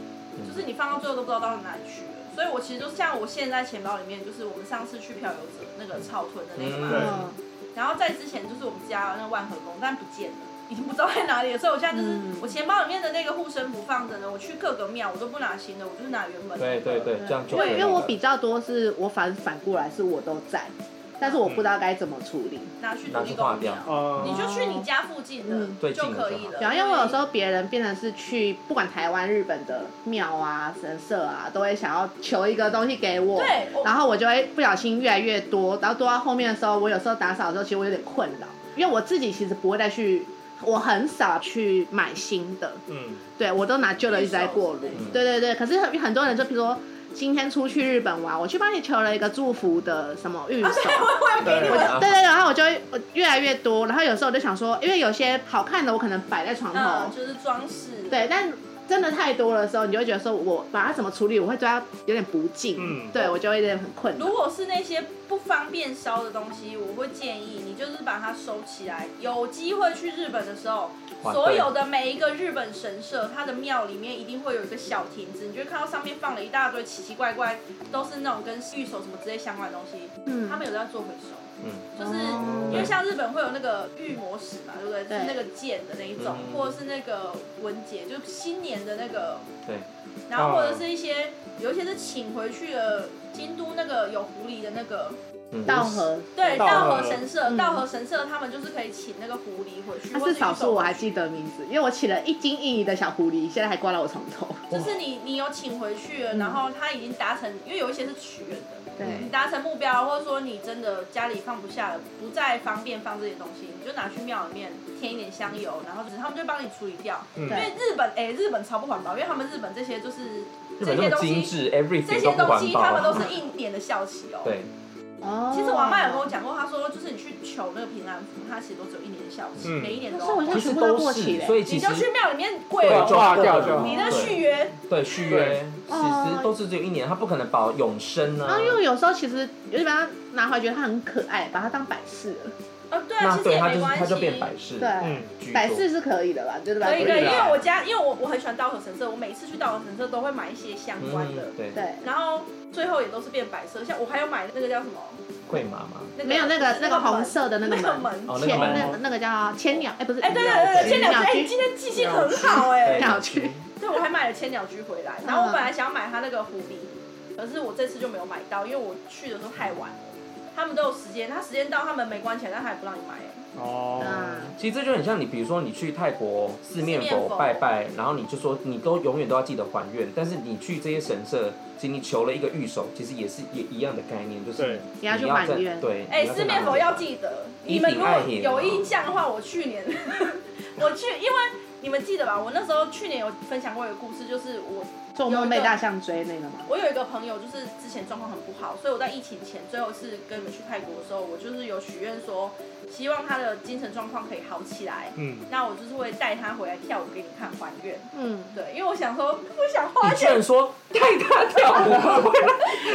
[SPEAKER 1] 就是你放到最后都不知道到哪里去了，所以我其实就像我现在钱包里面，就是我们上次去漂游者那个草屯的那个嘛，
[SPEAKER 2] 对
[SPEAKER 4] 嗯，
[SPEAKER 1] 然后在之前就是我们家那个万和宫，但不见了，已经不知道在哪里了。所以我现在就是、
[SPEAKER 4] 嗯
[SPEAKER 1] 我钱包里面的那个护身符放着呢，我去各个庙我都不拿新的，我就是拿原本的。
[SPEAKER 3] 对对对，这样就
[SPEAKER 4] 因为因
[SPEAKER 3] 可以
[SPEAKER 4] 为
[SPEAKER 3] 了
[SPEAKER 4] 我比较多是我反反过来是我都在，但是我不知道该怎么处理。
[SPEAKER 1] 拿去土
[SPEAKER 3] 拿
[SPEAKER 1] 地
[SPEAKER 3] 去化
[SPEAKER 1] 公
[SPEAKER 3] 掉哦
[SPEAKER 1] 庙，
[SPEAKER 2] 呃
[SPEAKER 1] 你就去你家附近的、
[SPEAKER 4] 嗯
[SPEAKER 3] 对
[SPEAKER 1] 就
[SPEAKER 3] 近的
[SPEAKER 1] 可
[SPEAKER 3] 就
[SPEAKER 1] 以
[SPEAKER 3] 好
[SPEAKER 1] 了。
[SPEAKER 4] 对啊，因为我有时
[SPEAKER 1] 候
[SPEAKER 4] 候别人变成是去不管台湾、日本的庙啊、神社啊，都会想要求一个东西给我，
[SPEAKER 1] 对我
[SPEAKER 4] 然后我就会不小心越来越多，然后多到后面的时候，我有时候打扫的时候，其实我有点困扰，因为我自己其实不会再去，我很少去买新的，
[SPEAKER 2] 嗯，
[SPEAKER 4] 对我都拿旧的一直在过
[SPEAKER 1] 对
[SPEAKER 4] 滤，对对对，可是很很多人就比如说。今天出去日本玩，我去帮你求了一个祝福的什么
[SPEAKER 1] 啊
[SPEAKER 4] 玉手，
[SPEAKER 1] 会给你
[SPEAKER 2] 对
[SPEAKER 1] 们
[SPEAKER 3] 啊
[SPEAKER 4] 对对，对然后我就会我越来越多，然后有时候我就想说，因为有些好看的我可能摆在床头，
[SPEAKER 1] 嗯，就是装饰。
[SPEAKER 4] 对，但真的太多的时候，你就会觉得说，我把它怎么处理，我会对它有点不敬，
[SPEAKER 2] 嗯
[SPEAKER 4] 对我就会有点很困扰
[SPEAKER 1] 如。果是那些不方便烧的东西，我会建议你就是把它收起来。有机会去日本的时候，
[SPEAKER 3] 哇
[SPEAKER 1] 所有的每一个日本神社，它的庙里面一定会有一个小亭子，你就会看到上面放了一大堆奇奇怪怪，都是那种跟玉手什么之类相关的东西，
[SPEAKER 4] 嗯
[SPEAKER 1] 他，们有在做回收。
[SPEAKER 3] 嗯，
[SPEAKER 1] 就是
[SPEAKER 4] 哦
[SPEAKER 1] 因为像日本会有那个玉魔石嘛，对不对？
[SPEAKER 4] 对
[SPEAKER 1] 是那个剑的那一种，
[SPEAKER 3] 嗯
[SPEAKER 1] 或者是那个文结，就是新年的那个
[SPEAKER 3] 对，
[SPEAKER 1] 然后或者
[SPEAKER 2] 嗯
[SPEAKER 1] 是一些、有一些是请回去的京都那个有狐狸的那个，
[SPEAKER 3] 嗯
[SPEAKER 4] 道和，
[SPEAKER 1] 对，
[SPEAKER 2] 道
[SPEAKER 1] 道
[SPEAKER 2] 和
[SPEAKER 1] 和神社，
[SPEAKER 4] 嗯
[SPEAKER 1] 道和神社他们就是可以请那个狐狸回去，
[SPEAKER 4] 它
[SPEAKER 1] 或者
[SPEAKER 4] 啊是
[SPEAKER 1] 一
[SPEAKER 4] 少数
[SPEAKER 1] 种
[SPEAKER 4] 我还记得名字，因为我起了一惊一疑的小狐狸，现在还挂到我床 头。
[SPEAKER 3] 哦
[SPEAKER 1] 就是你你有请回去了，
[SPEAKER 4] 嗯
[SPEAKER 1] 然后他已经达成，因为有一些是许愿的，你
[SPEAKER 4] 对，
[SPEAKER 1] 达成目标，或者说你真的家里放不下了，不再方便放这些东西，你就拿去庙里面添一点香油，然后就是他们就帮你处理掉。
[SPEAKER 2] 嗯
[SPEAKER 1] 因为日本哎、日本超不环保，因为他们日本这些就是
[SPEAKER 3] 日
[SPEAKER 1] 这
[SPEAKER 3] 本那
[SPEAKER 1] 些
[SPEAKER 3] 么
[SPEAKER 1] 东
[SPEAKER 3] 精
[SPEAKER 1] 西。
[SPEAKER 3] 致
[SPEAKER 1] 这
[SPEAKER 3] ，everything
[SPEAKER 1] 些
[SPEAKER 3] 不
[SPEAKER 1] 东
[SPEAKER 3] 环
[SPEAKER 1] 西
[SPEAKER 3] 保
[SPEAKER 1] 他们都
[SPEAKER 3] 啊。
[SPEAKER 1] 是一年的效期哦。
[SPEAKER 3] 对，
[SPEAKER 4] 哦
[SPEAKER 1] 其实我阿妈有跟我讲过，她说就是你去求那个平安符，它其实都只有一年的效期，
[SPEAKER 2] 嗯
[SPEAKER 1] 每一年
[SPEAKER 4] 可
[SPEAKER 1] 都
[SPEAKER 4] 是我现在全
[SPEAKER 3] 其
[SPEAKER 1] 有。
[SPEAKER 3] 实
[SPEAKER 4] 部都
[SPEAKER 3] 都
[SPEAKER 4] 过期
[SPEAKER 3] 是，
[SPEAKER 4] 嘞
[SPEAKER 3] 所。以其
[SPEAKER 1] 你
[SPEAKER 3] 实
[SPEAKER 1] 就去庙里面跪
[SPEAKER 3] 对
[SPEAKER 2] 就
[SPEAKER 1] 哦，
[SPEAKER 2] 挂掉就好
[SPEAKER 1] 你那续约
[SPEAKER 3] 对续嗯约，其
[SPEAKER 4] 哦
[SPEAKER 3] 实都是只有一年，它不可能保永生
[SPEAKER 4] 然
[SPEAKER 3] 啊
[SPEAKER 4] 后。哦因为有时候其实有点把它拿回来，觉得它很可爱，把它当摆饰了。
[SPEAKER 1] 啊，对啊，
[SPEAKER 3] 那
[SPEAKER 1] 其实
[SPEAKER 3] 对
[SPEAKER 1] 也
[SPEAKER 3] 它就
[SPEAKER 1] 没
[SPEAKER 3] 是
[SPEAKER 1] 关
[SPEAKER 3] 它
[SPEAKER 1] 系
[SPEAKER 3] 就。变摆饰，
[SPEAKER 4] 对
[SPEAKER 2] 嗯，
[SPEAKER 3] 居多
[SPEAKER 4] 摆饰是可以的吧？就是把它
[SPEAKER 1] 可以
[SPEAKER 4] 丢
[SPEAKER 1] 可以，因
[SPEAKER 3] 啊
[SPEAKER 4] 掉
[SPEAKER 1] 为我家因为我我很喜欢稻荷神社，我每次去稻荷神社都会买一些相
[SPEAKER 3] 嗯
[SPEAKER 1] 关的，
[SPEAKER 3] 对，
[SPEAKER 4] 对。
[SPEAKER 1] 然后最后也都是变白色。像我还有买那个叫什么，
[SPEAKER 3] 会妈妈，
[SPEAKER 1] 那个
[SPEAKER 4] 没有那个那个红色的那
[SPEAKER 1] 那
[SPEAKER 4] 个
[SPEAKER 1] 个
[SPEAKER 4] 门，
[SPEAKER 1] 门。
[SPEAKER 3] 哦那个
[SPEAKER 4] 千
[SPEAKER 3] 门
[SPEAKER 4] 那个那个叫千鸟，哎不是，
[SPEAKER 1] 哎，对对对对，
[SPEAKER 4] 千
[SPEAKER 1] 千
[SPEAKER 4] 鸟
[SPEAKER 1] 鸟居，哎，
[SPEAKER 4] 居
[SPEAKER 1] 你今天记性很好哎
[SPEAKER 3] 对，嗯
[SPEAKER 4] 鸟居，
[SPEAKER 1] 对，我还买了千鸟居回来，然后我本来想要买它那个狐狸，可是我这次就没有买到，因为我去的时候太晚了。他们都有时间，他时间到他们没关起来，但他也不让你买。欸
[SPEAKER 2] 哦，
[SPEAKER 4] 嗯，
[SPEAKER 3] 其实这就很像你，比如说你去泰国四面
[SPEAKER 1] 四面
[SPEAKER 3] 佛
[SPEAKER 1] 佛
[SPEAKER 3] 拜拜，然后你就说你都永远都要记得还愿，但是你去这些神社，其实你求了一个玉手，其实也是也一样的概念，就是
[SPEAKER 2] 对
[SPEAKER 4] 你要去
[SPEAKER 3] 在
[SPEAKER 4] 还愿
[SPEAKER 3] 对，
[SPEAKER 1] 哎、
[SPEAKER 3] 你
[SPEAKER 1] 四
[SPEAKER 3] 在哪
[SPEAKER 1] 面
[SPEAKER 3] 里啊
[SPEAKER 1] 佛要记得，你们如果有印象的话，我去年 我去，因为你们记得吧？我那时候去年有分享过一个故事，就是我
[SPEAKER 4] 做梦被大象追那个吗？
[SPEAKER 1] 我有一个朋友，就是之前状况很不好，所以我在疫情前最后一次跟你们去泰国的时候，我就是有许愿说，希望他的精神状况可以好起来。
[SPEAKER 2] 嗯，
[SPEAKER 1] 那我就是会带他回来跳舞给你看还愿。
[SPEAKER 4] 嗯，
[SPEAKER 1] 对，因为我想说不想花
[SPEAKER 3] 你居然
[SPEAKER 1] 钱
[SPEAKER 3] 说带他跳舞，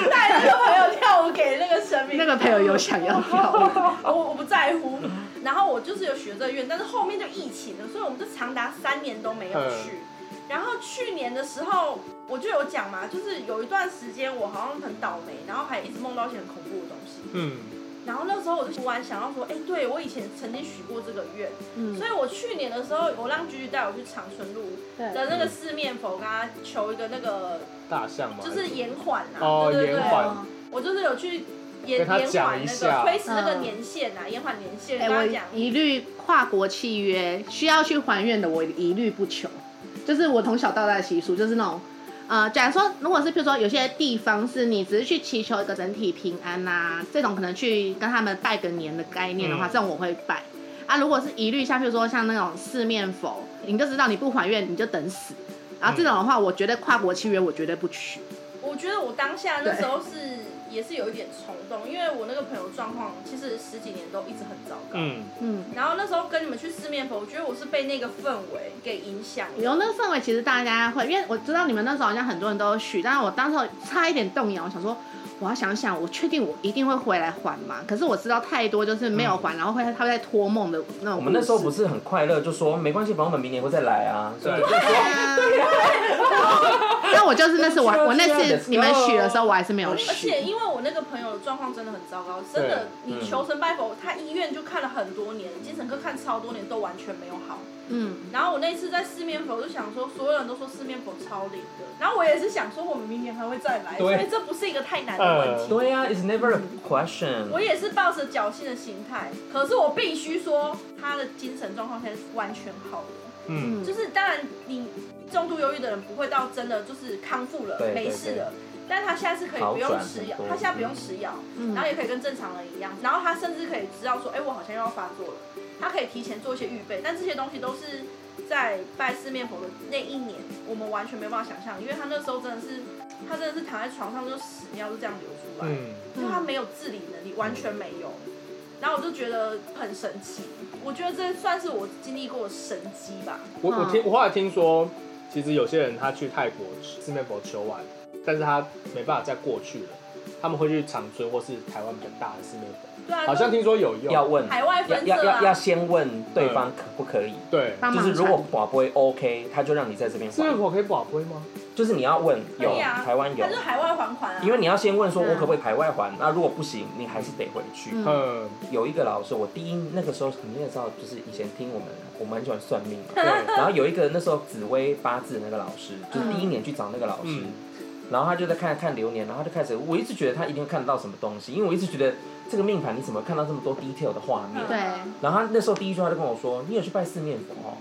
[SPEAKER 1] 带那个朋友跳舞给那个神明，
[SPEAKER 4] 那个朋友有想 要跳，
[SPEAKER 1] 我我不在乎。然后我就是有学这个愿，但是后面就疫情了，所以我们就长达三年都没有去。
[SPEAKER 4] 嗯
[SPEAKER 1] 然后去年的时候，我就有讲嘛，就是有一段时间我好像很倒霉，然后还一直梦到一些很恐怖的东西。
[SPEAKER 2] 嗯，
[SPEAKER 1] 然后那时候我就突然想到说，哎、对我以前曾经许过这个愿，
[SPEAKER 4] 嗯
[SPEAKER 1] 所以我去年的时候，我让菊菊带我去长春路的那个四面佛，跟他求一个那个
[SPEAKER 2] 大象嘛，
[SPEAKER 1] 就是延缓啊，
[SPEAKER 2] 哦
[SPEAKER 1] 对对
[SPEAKER 2] 延
[SPEAKER 1] 对，
[SPEAKER 2] 缓
[SPEAKER 4] 哦
[SPEAKER 1] 我就是有去延
[SPEAKER 2] 跟他
[SPEAKER 1] 延
[SPEAKER 2] 讲
[SPEAKER 1] 缓
[SPEAKER 2] 一
[SPEAKER 1] 那
[SPEAKER 2] 下
[SPEAKER 1] 个推迟那个
[SPEAKER 4] 嗯
[SPEAKER 1] 年限啊，延缓年限，
[SPEAKER 4] 哎、
[SPEAKER 1] 跟他讲
[SPEAKER 4] 我。一律跨国契约需要去还愿的，我一律不求。就是我从小到大的习俗，就是那种，呃，假如说如果是譬如说有些地方是你只是去祈求一个整体平安呐、这种可能去跟他们拜个年的概念的话，
[SPEAKER 2] 嗯
[SPEAKER 4] 这种我会拜。啊，如果是一律像譬如说像那种四面佛，你就知道你不还愿你就等死。然
[SPEAKER 2] 嗯
[SPEAKER 4] 后这种的话，我绝对跨国契约我绝对不取。
[SPEAKER 1] 我觉得我当下那
[SPEAKER 4] 对
[SPEAKER 1] 时候是也是有一点冲动，因为我那个朋友状况其实十几年都一直很糟糕。
[SPEAKER 2] 嗯，
[SPEAKER 4] 嗯，
[SPEAKER 1] 然后那时候跟你们去四面佛，我觉得我是被那个氛围给影响的。
[SPEAKER 4] 有那个氛围，其实大家会，因为我知道你们那时候好像很多人都许，但是我当时候差一点动摇，我想说我要想想，我确定我一定会回来还嘛？可是我知道太多就是没有还，然后会他会在托梦的那种。
[SPEAKER 3] 我们那时 候不。是很快乐，就说没关系，反正我们明年会再来啊。所以
[SPEAKER 2] 对
[SPEAKER 3] 就说
[SPEAKER 4] 那我就是那次我我那次你们许的时候，我还是没有
[SPEAKER 1] 而
[SPEAKER 4] 许。
[SPEAKER 1] 且因为我那个朋友的状况真的很糟糕，真的，
[SPEAKER 3] 对嗯
[SPEAKER 1] 你求神拜佛，他医院就看了很多年，精神科看超多年都完全没有好。
[SPEAKER 4] 嗯，
[SPEAKER 1] 然后我那次在四面佛，我就想说，所有人都说四面佛超灵的，然后我也是想说，我们明年还会再来，所
[SPEAKER 3] 对嗯
[SPEAKER 1] 以这不是一个太难的问题。
[SPEAKER 3] 对呀、i t s never a question。
[SPEAKER 1] 我也是抱着侥幸的心态，可是我必须说，他的精神状况现在是完全好了。
[SPEAKER 2] 嗯，
[SPEAKER 4] 嗯
[SPEAKER 1] 就是当然，你重度忧郁的人不会到真的就是康复了
[SPEAKER 3] 对，
[SPEAKER 1] 没事了。但他现在是可以
[SPEAKER 3] 好
[SPEAKER 1] 不用
[SPEAKER 3] 转
[SPEAKER 1] 吃
[SPEAKER 3] 很
[SPEAKER 1] 药
[SPEAKER 3] 多，
[SPEAKER 1] 他现在不用吃药，
[SPEAKER 4] 嗯
[SPEAKER 1] 然后也可以跟正常人一样，然后他甚至可以知道说，哎、我好像又要发作了，他可以提前做一些预备，但这些东西都是在拜四面佛的那一年，我们完全没办法想象，因为他那时候真的是，他真的是躺在床上就屎尿就这样流出来，
[SPEAKER 2] 嗯，
[SPEAKER 1] 因为他没有自理能力，完全没有。然后我就觉得很神奇，我觉得这算是我经历过的神机吧。
[SPEAKER 2] 我我
[SPEAKER 4] 嗯
[SPEAKER 2] 听我后来听说，其实有些人他去泰国四面佛求完，但是他没办法再过去了，他们会去长春或是台湾比较大的四面佛，
[SPEAKER 1] 对啊，
[SPEAKER 2] 好像
[SPEAKER 1] 就
[SPEAKER 2] 听说有用，
[SPEAKER 3] 要问，
[SPEAKER 1] 海外
[SPEAKER 3] 要
[SPEAKER 1] 分
[SPEAKER 3] 要
[SPEAKER 1] 社
[SPEAKER 3] 要要
[SPEAKER 1] 啊，嗯
[SPEAKER 3] 先问对方可不可以。
[SPEAKER 2] 对，
[SPEAKER 4] 帮
[SPEAKER 3] 就
[SPEAKER 4] 忙
[SPEAKER 3] 是
[SPEAKER 4] 传。
[SPEAKER 3] 如果宝贝 OK，他就让你在这边
[SPEAKER 2] 四面
[SPEAKER 3] 还。
[SPEAKER 2] 佛可以保龟吗？
[SPEAKER 3] 就是你要问
[SPEAKER 1] 可
[SPEAKER 3] 有
[SPEAKER 1] 以啊，
[SPEAKER 3] 台湾有
[SPEAKER 1] 他就，是海外还款啊，
[SPEAKER 3] 因为你要先问说
[SPEAKER 4] 嗯
[SPEAKER 3] 我可不可以排外还，啊那如果不行，你还是得回去。
[SPEAKER 4] 嗯
[SPEAKER 2] 嗯，有
[SPEAKER 3] 有一个老师，我第一那个时候肯定知道，就是以前听我们，我们很喜欢算命嘛，
[SPEAKER 2] 对，
[SPEAKER 3] 然后有一个那时候紫薇八字那个老师，就是第一年去找那个老师，
[SPEAKER 2] 嗯
[SPEAKER 3] 然后他就在看看流年，然后他就开始，我一直觉得他一定会看得到什么东西，因为我一直觉得这个命盘你怎么看到这么多 detail 的画面？
[SPEAKER 2] 嗯
[SPEAKER 4] 对
[SPEAKER 3] 然后他那时候第一句话就跟我说：“你有去拜四面佛哦。”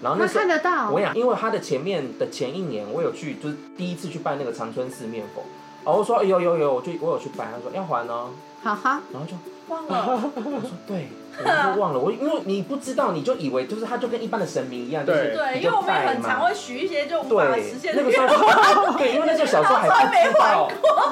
[SPEAKER 3] 然后那
[SPEAKER 4] 他
[SPEAKER 3] 时候
[SPEAKER 4] 看得到，
[SPEAKER 3] 我跟你讲，因为他的前面的前一年，我有去，就是第一次去拜那个长春四面佛，然后我说哎有有有，我就我有去拜，他说要还哦，
[SPEAKER 4] 好好，
[SPEAKER 3] 然后就
[SPEAKER 1] 忘 了，
[SPEAKER 3] 我说对，我就忘了，我因为你不知道，你就以为就是他就跟一般的神明一样，就是
[SPEAKER 2] 对
[SPEAKER 1] 对，
[SPEAKER 3] 你
[SPEAKER 1] 因为
[SPEAKER 3] 就
[SPEAKER 1] 我们也
[SPEAKER 3] 拜
[SPEAKER 1] 很常
[SPEAKER 3] 嘛。
[SPEAKER 1] 会许一些就无法
[SPEAKER 3] 对
[SPEAKER 1] 实，现
[SPEAKER 3] 那
[SPEAKER 1] 的
[SPEAKER 3] 个
[SPEAKER 1] 愿
[SPEAKER 3] 时
[SPEAKER 1] 望。
[SPEAKER 3] 候， 对，因为那时候小时候 还不知道，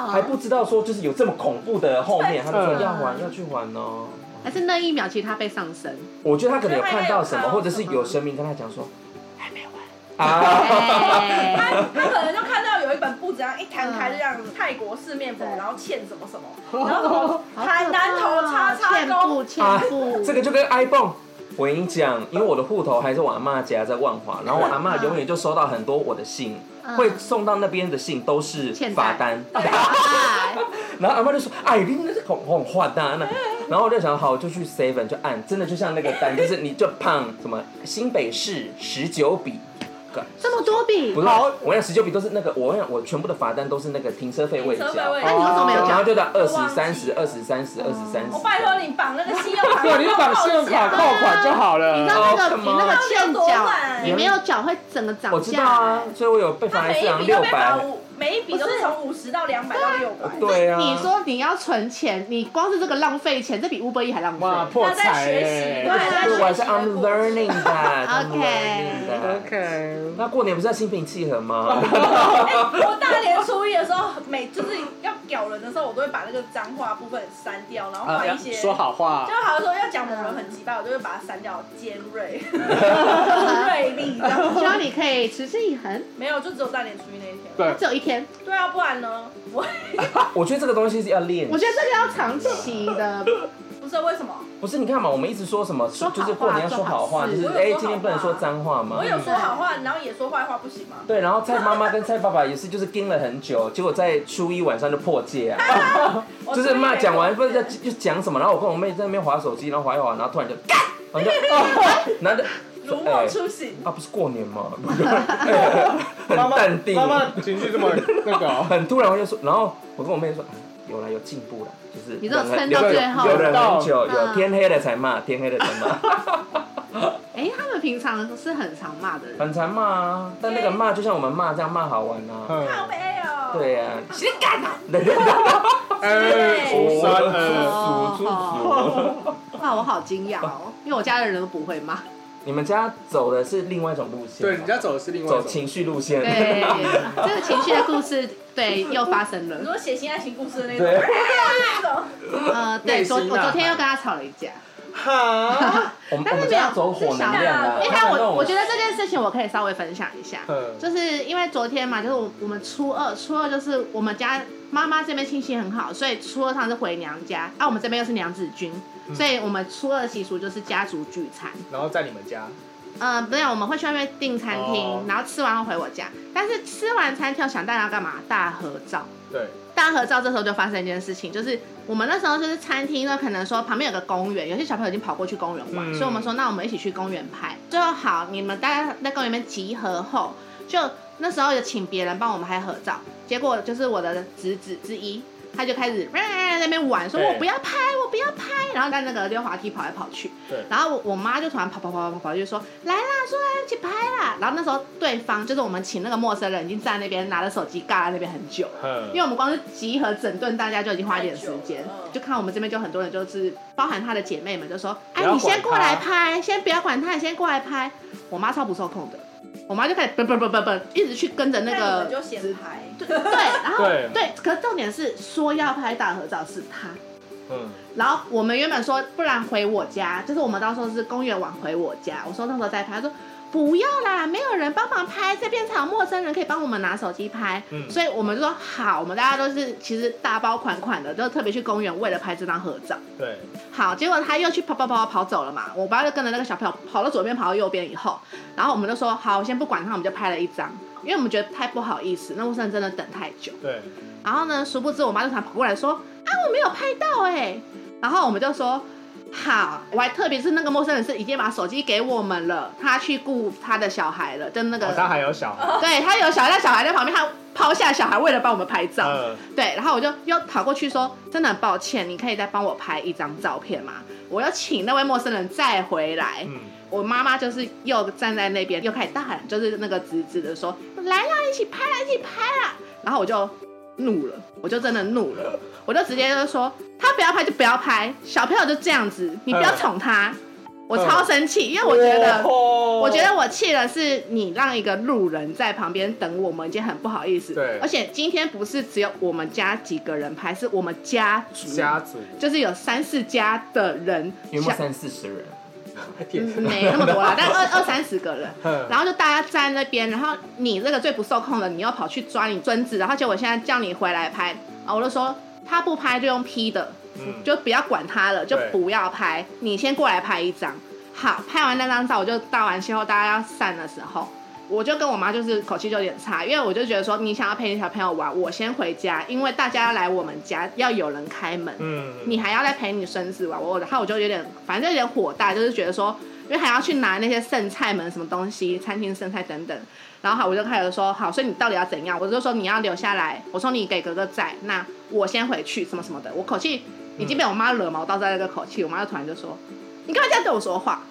[SPEAKER 3] 还
[SPEAKER 4] 还
[SPEAKER 3] 不知道说就是有这么恐怖的后面，他就说
[SPEAKER 2] 嗯
[SPEAKER 3] 要还要去还哦。
[SPEAKER 4] 还是那一秒，其实他被上 身。
[SPEAKER 3] 我觉得他可能有看到什么，
[SPEAKER 1] 我觉得他应
[SPEAKER 3] 或者
[SPEAKER 1] 该有看到嗯
[SPEAKER 3] 是有神明跟他讲说 还没有完啊，
[SPEAKER 4] 哎
[SPEAKER 1] 他他可能就看到有一本簿子，然后一摊开就这样子，嗯泰国四面佛，
[SPEAKER 4] 对
[SPEAKER 1] 然后欠什么什么，然后什么海南头叉叉
[SPEAKER 4] 欠
[SPEAKER 1] 沟
[SPEAKER 4] 步，欠步，
[SPEAKER 3] 啊这个就跟 iPhone。我跟你讲，因为我的户头还是我阿妈家在万华，然后我阿妈永远就收到很多我的信，
[SPEAKER 4] 嗯
[SPEAKER 3] 会送到那边的信都是
[SPEAKER 4] 欠
[SPEAKER 3] 罚
[SPEAKER 4] 债
[SPEAKER 3] 单，
[SPEAKER 4] 哎
[SPEAKER 3] 然后阿妈就说：“哎，你那是很很换单 呢。”然后我就想，好，就去 seven 就按，真的就像那个 单，就是你就胖什么新北市十九笔，干
[SPEAKER 4] 这么多笔，
[SPEAKER 3] 不是，我想十九笔都是那个，我想我全部的罚单都是那个停车费未交
[SPEAKER 1] 停，车费未
[SPEAKER 4] 那你为什么没有
[SPEAKER 3] 然
[SPEAKER 4] 讲？
[SPEAKER 3] 后就到二十
[SPEAKER 1] 忘、记
[SPEAKER 3] 三十、二十、三十、二十、三十
[SPEAKER 1] 啊哦我。拜托你绑那个信用 卡，
[SPEAKER 2] 对，你就把信用卡扣
[SPEAKER 1] 哦
[SPEAKER 2] 款就好
[SPEAKER 4] 你
[SPEAKER 2] 了
[SPEAKER 4] 知。道
[SPEAKER 3] 哦
[SPEAKER 4] 那个
[SPEAKER 3] 干
[SPEAKER 4] 你
[SPEAKER 3] 嘛
[SPEAKER 4] 那个欠缴，
[SPEAKER 1] 那有多晚
[SPEAKER 4] 你没有缴会整个涨
[SPEAKER 3] 我知道
[SPEAKER 4] 价
[SPEAKER 3] 啊
[SPEAKER 4] 欸。，
[SPEAKER 3] 所以我有被
[SPEAKER 1] 他
[SPEAKER 3] 罚了
[SPEAKER 1] 每
[SPEAKER 3] 四
[SPEAKER 1] 一
[SPEAKER 3] 两
[SPEAKER 1] 笔都
[SPEAKER 3] 六
[SPEAKER 1] 被
[SPEAKER 3] 百
[SPEAKER 1] 罚。五，每一笔都
[SPEAKER 4] 不
[SPEAKER 1] 是
[SPEAKER 4] 是
[SPEAKER 1] 从五十到两百到六百。
[SPEAKER 3] 对啊，
[SPEAKER 4] 你说你要存钱，你光是这个浪费钱，这比 Uber E 还浪费。
[SPEAKER 2] 哇，
[SPEAKER 4] OK，
[SPEAKER 2] 破
[SPEAKER 1] 那在
[SPEAKER 2] 财
[SPEAKER 1] 学
[SPEAKER 2] 欸
[SPEAKER 1] 习
[SPEAKER 3] 不
[SPEAKER 1] 对在
[SPEAKER 3] 是，啊我是
[SPEAKER 1] 学习的
[SPEAKER 3] I'm
[SPEAKER 1] 过程
[SPEAKER 3] learning 的 I'm
[SPEAKER 4] OK
[SPEAKER 3] learning 的。
[SPEAKER 2] ，OK，
[SPEAKER 3] 那过年不是要心平气和 吗？
[SPEAKER 1] 哎我大年初一的时候，每就是要屌人的时候，我都会把那个脏话部分删掉，然后
[SPEAKER 3] 啊
[SPEAKER 1] 换一些。
[SPEAKER 2] 说好话
[SPEAKER 1] 就，好像说要讲某人很鸡巴，我就会把它删掉，尖 锐、锐利这样
[SPEAKER 4] 希望你可以持之以恒，
[SPEAKER 1] 没有，就只有大年初一那一天。
[SPEAKER 2] 对，
[SPEAKER 4] 只有一天。
[SPEAKER 1] 对啊，不然呢？我
[SPEAKER 3] 我觉得这个东西是要练。
[SPEAKER 4] 我觉得这个要长期的
[SPEAKER 1] 不是为什么？
[SPEAKER 3] 不是你看嘛，我们一直说什么，
[SPEAKER 4] 说好话
[SPEAKER 3] 就是过年要说好话，
[SPEAKER 4] 做好事
[SPEAKER 3] 就是
[SPEAKER 1] 我
[SPEAKER 3] 哎、
[SPEAKER 1] 有说好话
[SPEAKER 3] 今天不能说脏话嘛
[SPEAKER 1] 我。有说好话，然后也说坏话，不行吗？
[SPEAKER 3] 对，然后蔡妈妈跟蔡爸爸也是，就是盯了很久，结果在初一晚上就破戒啊，
[SPEAKER 1] 我
[SPEAKER 3] 就是骂讲完不知道
[SPEAKER 1] 对
[SPEAKER 3] 就讲什么，然后我跟我妹在那边划手机，然后划一划，然后突然就干，然后就哦， 然后就
[SPEAKER 1] 如
[SPEAKER 3] 哎
[SPEAKER 1] 梦初醒。
[SPEAKER 3] 啊不是过年 嘛， 很淡定，
[SPEAKER 2] 妈妈情绪这么那个 哦、
[SPEAKER 3] 很突然我就说，然后我跟我妹说，啊、有了有进步了，就是
[SPEAKER 4] 你这种
[SPEAKER 3] 忍了
[SPEAKER 4] 撑到
[SPEAKER 3] 有
[SPEAKER 4] 最后
[SPEAKER 3] 有忍很久，
[SPEAKER 4] 嗯
[SPEAKER 3] 有天黑了才骂，天黑了才骂。
[SPEAKER 4] 哎、他们平常是很常骂的人，
[SPEAKER 3] 很常骂啊，但那个骂就像我们骂这样骂好玩啊。
[SPEAKER 1] 靠
[SPEAKER 2] 嗯，
[SPEAKER 1] 背哦。
[SPEAKER 3] 对呀、啊，谁干的？对对对，
[SPEAKER 2] 哎，初三，呃，
[SPEAKER 4] 哦
[SPEAKER 3] 数数
[SPEAKER 4] 哦哇，我好惊讶哦，因为我家的人都不会 骂。
[SPEAKER 3] 你们家走的是另外一种路线吗，
[SPEAKER 2] 对，人家走的是另外一
[SPEAKER 3] 走
[SPEAKER 2] 种，
[SPEAKER 3] 情绪路线。
[SPEAKER 4] 对，这个情绪的故事，对，又发生
[SPEAKER 1] 你
[SPEAKER 4] 了。
[SPEAKER 1] 说写新爱情故事的那种，哎
[SPEAKER 3] 对
[SPEAKER 1] 那种
[SPEAKER 4] 呃，对，
[SPEAKER 2] 内心
[SPEAKER 4] 昨我
[SPEAKER 3] 啊
[SPEAKER 2] 呐
[SPEAKER 4] 昨天
[SPEAKER 2] 喊
[SPEAKER 4] 又跟他吵了一架。
[SPEAKER 2] 哈，
[SPEAKER 3] 我们
[SPEAKER 4] 但是
[SPEAKER 3] 我们
[SPEAKER 4] 没有
[SPEAKER 3] 家走火能量啊，
[SPEAKER 1] 是
[SPEAKER 4] 因为
[SPEAKER 1] 想
[SPEAKER 3] 他们
[SPEAKER 4] 我
[SPEAKER 3] 那种
[SPEAKER 4] 我觉得这件事情我可以稍微分享一下，
[SPEAKER 2] 嗯
[SPEAKER 4] 就是因为昨天嘛，就是我我们初二，初二就是我们家妈妈这边亲戚很好，所以初二她是回娘家，啊，我们这边又是娘子军，所以我们初二习俗就是家族聚餐。
[SPEAKER 2] 然后在你们家，
[SPEAKER 4] 嗯，没有，我们会去外面订餐厅，
[SPEAKER 2] 哦
[SPEAKER 4] 然后吃完后回我家。但是吃完餐厅，想大家要干嘛？大合照。
[SPEAKER 2] 对，
[SPEAKER 4] 大合照这时候就发生一件事情，就是我们那时候就是餐厅呢，可能说旁边有个公园，有些小朋友已经跑过去公园玩，
[SPEAKER 2] 嗯
[SPEAKER 4] 所以我们说那我们一起去公园拍。最后好，你们大家在公园里面集合后，就那时候有请别人帮我们拍合照，结果就是我的侄子之一，他就开始哎在那边玩，说
[SPEAKER 2] 对
[SPEAKER 4] 我不要拍，我不要拍，然后在那个溜滑梯跑来跑去。
[SPEAKER 2] 对
[SPEAKER 4] 然后我我妈就突然跑跑跑跑跑就说来啦，说来一起拍啦。然后那时候对方就是我们请那个陌生人已经站在那边拿着手机尬在那边很久了。
[SPEAKER 2] 嗯
[SPEAKER 4] 因为我们光是集合整顿大家就已经花一点时间
[SPEAKER 1] 太久了，嗯
[SPEAKER 4] 就看我们这边就很多人就是，包含她的姐妹们就说：“
[SPEAKER 2] 不
[SPEAKER 4] 哎，
[SPEAKER 2] 要
[SPEAKER 4] 你先
[SPEAKER 2] 管
[SPEAKER 4] 过来
[SPEAKER 2] 她
[SPEAKER 4] 拍，先不要管她，你先过来拍。”我妈超不受控的，我妈就开始不不不不不，一直去跟着那
[SPEAKER 1] 那
[SPEAKER 4] 个
[SPEAKER 1] 你们就显牌。
[SPEAKER 4] 对对，然后
[SPEAKER 2] 对
[SPEAKER 4] 对，可是重点是说要拍大合照是她，
[SPEAKER 2] 嗯，
[SPEAKER 4] 然后我们原本说，不然回我家，就是我们到时候是公园晚回我家。我说那时候再拍，他说不要啦，没有人帮忙拍，这边才有陌生人可以帮我们拿手机拍。
[SPEAKER 2] 嗯
[SPEAKER 4] 所以我们就说好，我们大家都是其实大包款款的，就特别去公园为了拍这张合照。
[SPEAKER 2] 对，
[SPEAKER 4] 好，结果他又去跑跑跑跑走了嘛，我爸就跟着那个小朋友跑到左边，跑到右边以后，然后我们就说好，先不管他，我们就拍了一张，因为我们觉得太不好意思，那陌生人真的等太久。
[SPEAKER 2] 对，
[SPEAKER 4] 然后呢，殊不知我妈就突然跑过来说：“啊，我没有拍到哎、然后我们就说：“好。”我还特别是那个陌生人是已经把手机给我们了，他去顾他的小孩了，就那个，
[SPEAKER 2] 哦，他还有小 孩，
[SPEAKER 4] 对他有小孩，但小孩在旁边，他抛下小孩为了帮我们拍照。
[SPEAKER 2] 嗯，
[SPEAKER 4] 对，然后我就又跑过去说：“真的很抱歉，你可以再帮我拍一张照片吗？”我又请那位陌生人再回来。
[SPEAKER 2] 嗯，
[SPEAKER 4] 我妈妈就是又站在那边，又开始大喊，就是那个侄子的说：“来啦，一起拍啦，一起拍啦！”然后我就怒了，我就真的怒了， 我就直接就说：“他不要拍就不要拍，小朋友就这样子，你不要宠他。”
[SPEAKER 3] 嗯
[SPEAKER 4] 我超生气，因为我觉得，
[SPEAKER 2] 我
[SPEAKER 3] 哦
[SPEAKER 4] 我觉得我气的是你让一个路人在旁边等我们，已经很不好意思。
[SPEAKER 2] 对
[SPEAKER 4] 而且今天不是只有我们家几个人拍，是我们家族，
[SPEAKER 2] 家族
[SPEAKER 4] 就是有三四家的人，
[SPEAKER 3] 有没有
[SPEAKER 4] 想
[SPEAKER 3] 三四十人？
[SPEAKER 4] 嗯 没那么多啦，但二二三十个人，
[SPEAKER 2] 嗯
[SPEAKER 4] 然后就大家站在那边，然后你这个最不受控的，你又跑去抓你孙子，然后结果现在叫你回来拍，啊，我就说他不拍就用 P 的，
[SPEAKER 2] 嗯
[SPEAKER 4] 就不要管他了，就不要拍，你先过来拍一张。好，拍完那张照，我就道完谢后，大家要散的时候，我就跟我妈就是口气就有点差，因为我就觉得说，你想要陪你小朋友玩，我先回家，因为大家要来我们家，要有人开门。
[SPEAKER 2] 嗯，
[SPEAKER 4] 你还要再陪你孙子玩，我然后我就有点，反正有点火大，就是觉得说，因为还要去拿那些剩菜们什么东西，餐厅剩菜等等。然后好，我就开始说，好，所以你到底要怎样？我就说你要留下来，我说你给哥哥在，那我先回去，什么什么的。我口气已经被我妈惹毛到在那个口气，我妈就突然就说，你干嘛这样对我说话？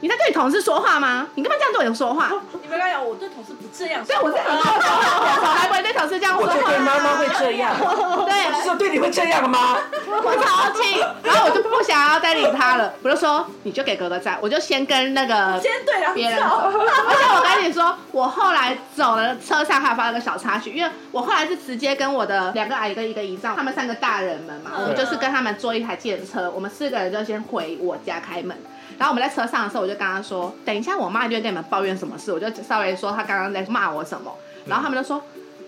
[SPEAKER 4] 你在对你同事说话吗？你干嘛这样对我说话？
[SPEAKER 1] 你们刚讲我对同事不这样说
[SPEAKER 4] 对，我是很多说 话，我从来不会对同事这样说
[SPEAKER 3] 我
[SPEAKER 4] 话、
[SPEAKER 3] 就对妈妈会这样，
[SPEAKER 4] 对，
[SPEAKER 3] 是说对你会这样吗？
[SPEAKER 4] 我超气，然后我就不想要再理他了，我就说你就给哥哥在，我就先跟那个
[SPEAKER 1] 先对
[SPEAKER 4] 别
[SPEAKER 1] 人
[SPEAKER 4] 人
[SPEAKER 1] 照
[SPEAKER 4] 走。 而且我跟你说，我后来走了车上还发了个小插曲，因为我后来是直接跟我的两个阿姨跟一个姨丈，他们三个大人们嘛，
[SPEAKER 1] 嗯
[SPEAKER 4] 我们就是跟他们坐一台电车，我们四个人就先回我家开门。然后我们在车上的时候，我就跟他说，等一下我妈就会跟你们抱怨什么事，我就稍微说她刚刚在骂我什么，然后他们就说，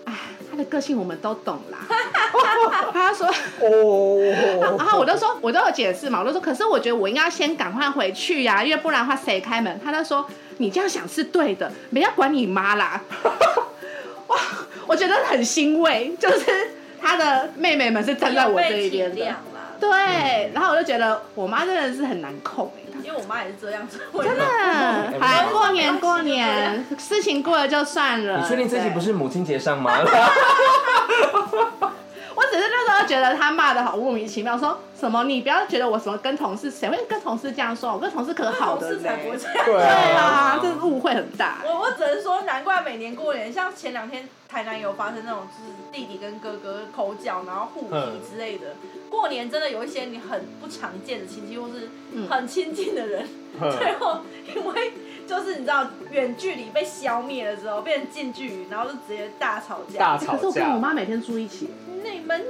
[SPEAKER 4] 哎，她他的个性我们都懂啦。他说，然
[SPEAKER 2] 哦，
[SPEAKER 4] 后我就说，我都有解释嘛，我就说，可是我觉得我应该要先赶快回去呀、因为不然的话谁开门？他就说，你这样想是对的，没要管你妈啦。 哇，我觉得很欣慰，就是他的妹妹们是站在我这一边
[SPEAKER 1] 有被体
[SPEAKER 4] 的
[SPEAKER 1] 谅。啦，
[SPEAKER 4] 对，然后我就觉得我妈真的是很难控哎、
[SPEAKER 1] 因为我妈也是这样子，我
[SPEAKER 4] 真的，好啦，过年过年，事情过了就算了。
[SPEAKER 3] 你确定这集
[SPEAKER 4] 对
[SPEAKER 3] 不？是母亲节上吗？
[SPEAKER 4] 我只是那时候觉得他骂的好莫名其妙，说什么你不要觉得我什么跟同事，谁会跟同事这样说？我跟同事可好
[SPEAKER 1] 同
[SPEAKER 4] 的
[SPEAKER 1] 事
[SPEAKER 4] 呢
[SPEAKER 1] 才。不会这样。
[SPEAKER 2] 对
[SPEAKER 4] 对
[SPEAKER 2] 啊，
[SPEAKER 4] 啊，这个误会很大。
[SPEAKER 1] 我我只能说，难怪每年过年，像前两天台南有发生那种，就是弟弟跟哥哥口角，然后互
[SPEAKER 2] 嗯
[SPEAKER 1] 踢之类的。过年真的有一些你很不常见的亲戚，或是
[SPEAKER 4] 嗯
[SPEAKER 1] 很亲近的人，最
[SPEAKER 2] 哼
[SPEAKER 1] 后因为就是你知道远距离被消灭了之后，变成近距离，然后就直接大吵架。
[SPEAKER 2] 大
[SPEAKER 4] 可
[SPEAKER 2] 吵
[SPEAKER 4] 是我跟
[SPEAKER 2] 架
[SPEAKER 4] 我。妈每天住一起，
[SPEAKER 1] 你们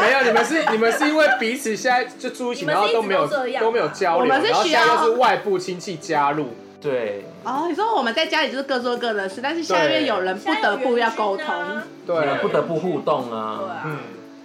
[SPEAKER 2] 没有，你们是你们是因为彼此现在就住一起，
[SPEAKER 1] 你们
[SPEAKER 2] 然
[SPEAKER 1] 是
[SPEAKER 2] 后都
[SPEAKER 1] 一直
[SPEAKER 2] 没有
[SPEAKER 1] 都这样
[SPEAKER 2] 没有交
[SPEAKER 4] 我
[SPEAKER 2] 流，
[SPEAKER 4] 们是
[SPEAKER 2] 然后
[SPEAKER 4] 需
[SPEAKER 2] 现在
[SPEAKER 4] 要
[SPEAKER 2] 又是外部亲戚加入，
[SPEAKER 3] 对，
[SPEAKER 4] 哦，你说我们在家里就是各做各的事，但是下面
[SPEAKER 2] 对
[SPEAKER 4] 有人不得不要沟通，
[SPEAKER 2] 对
[SPEAKER 3] 你
[SPEAKER 2] 啊
[SPEAKER 3] 们不得不互动啊。
[SPEAKER 1] 对啊
[SPEAKER 2] 嗯，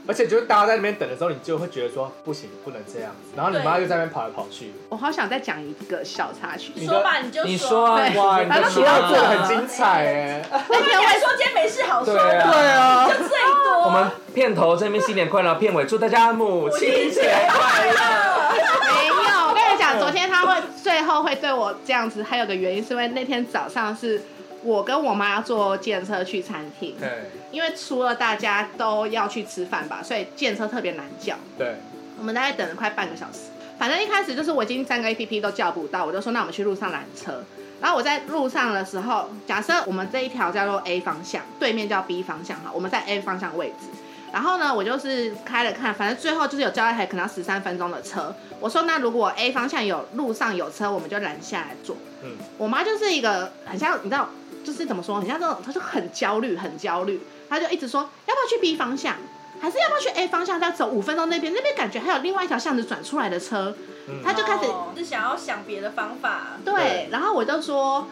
[SPEAKER 2] 而且就是大家在那边等的时候，你就会觉得说不行，不能这样子，然后你妈
[SPEAKER 1] 对
[SPEAKER 2] 就在那边跑来跑去，
[SPEAKER 4] 我好想再讲一个小插曲。
[SPEAKER 2] 你的
[SPEAKER 1] 说吧，你就
[SPEAKER 3] 你说啊，
[SPEAKER 4] 对
[SPEAKER 3] 哇，
[SPEAKER 4] 反
[SPEAKER 3] 你
[SPEAKER 4] 正
[SPEAKER 3] 就
[SPEAKER 4] 提
[SPEAKER 3] 说
[SPEAKER 4] 到
[SPEAKER 2] 然后
[SPEAKER 3] 啊
[SPEAKER 2] 做
[SPEAKER 4] 这
[SPEAKER 2] 的很精彩哎、
[SPEAKER 4] 那天
[SPEAKER 1] 我
[SPEAKER 4] 为
[SPEAKER 1] 还说今天没事好说，
[SPEAKER 2] 对啊
[SPEAKER 4] 啊
[SPEAKER 1] 就最多。
[SPEAKER 3] 我们片头这边新年快乐，片尾祝大家母亲节快乐。
[SPEAKER 4] 没有，我跟你讲，昨天他会最后会对我这样子，还有个原因是因为那天早上是我跟我妈坐电车去餐厅，
[SPEAKER 2] 对
[SPEAKER 4] 因为除了大家都要去吃饭吧，所以电车特别难叫。
[SPEAKER 2] 对，
[SPEAKER 4] 我们大概等了快半个小时，反正一开始就是我已经三个 A P P 都叫不到，我就说那我们去路上拦车。然后我在路上的时候，假设我们这一条叫做 A 方向，对面叫 B 方向哈，我们在 A 方向位置。然后呢，我就是开了看，反正最后就是有叫一台可能要十三分钟的车。我说那如果 A 方向有路上有车，我们就拦下来坐。
[SPEAKER 2] 嗯，
[SPEAKER 4] 我妈就是一个很像你知道，就是怎么说，很像这种，她就很焦虑，很焦虑，她就一直说要不要去 B 方向，还是要不要去 A 方向，再走五分钟那边，那边感觉还有另外一条巷子转出来的车，
[SPEAKER 2] 嗯
[SPEAKER 4] 她就开始
[SPEAKER 1] 哦是想要想别的方法。
[SPEAKER 4] 对，
[SPEAKER 2] 对
[SPEAKER 4] 然后我就说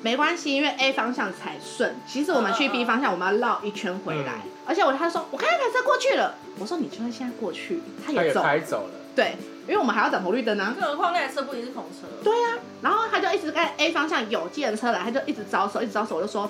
[SPEAKER 4] 没关系，因为 A 方向才顺，其实我们去
[SPEAKER 1] 嗯嗯
[SPEAKER 4] B 方向，我们要绕一圈回来，
[SPEAKER 2] 嗯
[SPEAKER 4] 而且我她说我看到台车过去了，我说你就算现在过去，她
[SPEAKER 2] 他
[SPEAKER 4] 也
[SPEAKER 2] 也
[SPEAKER 4] 走，
[SPEAKER 2] 开走了，
[SPEAKER 4] 对，因为我们还要等红绿灯呢、
[SPEAKER 1] 更何况那台车不一定是红车，
[SPEAKER 4] 对啊，然后他就一直在 A 方向有计程车来，他就一直招手，一直招手，我就说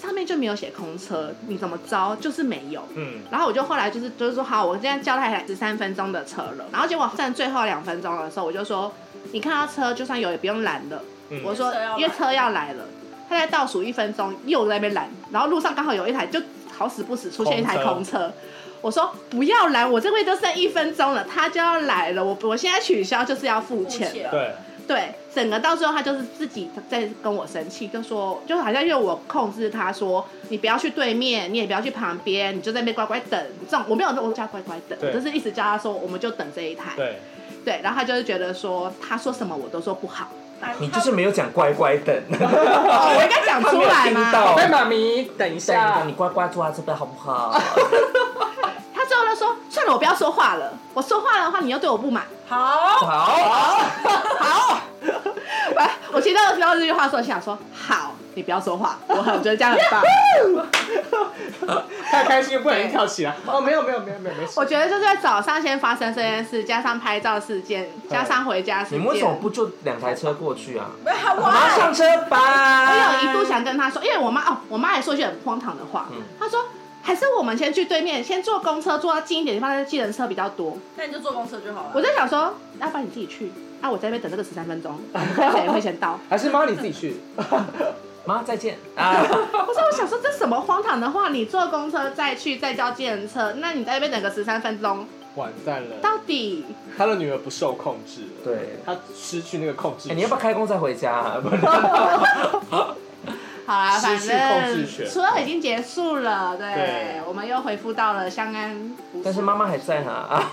[SPEAKER 4] 上面就没有写空车，你怎么招就是没有。
[SPEAKER 2] 嗯，
[SPEAKER 4] 然后我就后来就是就是说好，我今天叫他来十三分钟的车了，然后结果剩最后两分钟的时候，我就说你看到车就算有也不用拦了，
[SPEAKER 2] 嗯
[SPEAKER 4] 我说
[SPEAKER 1] 车要来
[SPEAKER 4] 因为车要来了，他在倒数一分钟又在那边拦，然后路上刚好有一台就好死不死出现一台
[SPEAKER 2] 空
[SPEAKER 4] 空车。我说不要拦，我这位就剩一分钟了，他就要来了，我我现在取消就是要付
[SPEAKER 1] 付
[SPEAKER 4] 钱
[SPEAKER 1] 钱
[SPEAKER 4] 的。
[SPEAKER 2] 对，
[SPEAKER 4] 对，整个到最后他就是自己在跟我生气，就说就好像因为我控制他说你不要去对面，你也不要去旁边，你就在那边乖乖等。这种我没有我叫他乖乖等，我
[SPEAKER 2] 对
[SPEAKER 4] 就是一直叫他说我们就等这一台。
[SPEAKER 2] 对，
[SPEAKER 4] 对然后他就是觉得说他说什么我都说不好，
[SPEAKER 1] 还
[SPEAKER 3] 你就是没有讲乖乖等，
[SPEAKER 4] 哦，我应该讲
[SPEAKER 3] 他
[SPEAKER 4] 出
[SPEAKER 3] 没有
[SPEAKER 4] 来
[SPEAKER 3] 听
[SPEAKER 4] 嘛。
[SPEAKER 3] 到。
[SPEAKER 2] 哎，妈咪，等一下，
[SPEAKER 3] 你乖乖坐在这边好不好？
[SPEAKER 4] 他最后就说算了，我不要说话了，我说话的话你又对我 不满。
[SPEAKER 1] 好，
[SPEAKER 3] 好，
[SPEAKER 4] 反正我听到听到这句话的时候，想说好，你不要说话，我很我觉得这样很棒。
[SPEAKER 2] 太开心了，不小心跳起来， 哦，没有没有没有没有没事，
[SPEAKER 4] 我觉得就是在早上先发生这件事，加上拍照事件，加上回家事
[SPEAKER 3] 你
[SPEAKER 4] 件，
[SPEAKER 3] 们为什么不就两台车过去啊？
[SPEAKER 1] 没有
[SPEAKER 3] 马
[SPEAKER 1] 我
[SPEAKER 3] 上车吧！
[SPEAKER 4] 我有一度想跟他说，因为我妈哦，我妈也说一句很荒唐的话，
[SPEAKER 3] 嗯
[SPEAKER 4] 她说还是我们先去对面，先坐公车，坐到近一点的地方，再计程车比较多。
[SPEAKER 1] 那你就坐公车就好了。
[SPEAKER 4] 我在想说，要不然你自己去，啊，我在那边等这个十三分钟， 我们看谁会先到。
[SPEAKER 2] 还是妈你自己去，
[SPEAKER 3] 妈再见啊！
[SPEAKER 4] 我说我想说这什么荒唐的话，你坐公车再去再叫计程车，那你在那边等个十三分钟，
[SPEAKER 2] 完蛋了，
[SPEAKER 4] 到底
[SPEAKER 2] 他的女儿不受控制了，
[SPEAKER 3] 对，
[SPEAKER 2] 他失去那个控制
[SPEAKER 3] 哎
[SPEAKER 2] 权，
[SPEAKER 3] 你要不要开工再回家啊？
[SPEAKER 4] 好啦，反
[SPEAKER 2] 失去控
[SPEAKER 4] 正
[SPEAKER 2] 制权
[SPEAKER 4] 初二已经结束了，对，
[SPEAKER 2] 对
[SPEAKER 4] 我们又恢复到了相安无事。
[SPEAKER 3] 但是妈妈还在呢啊。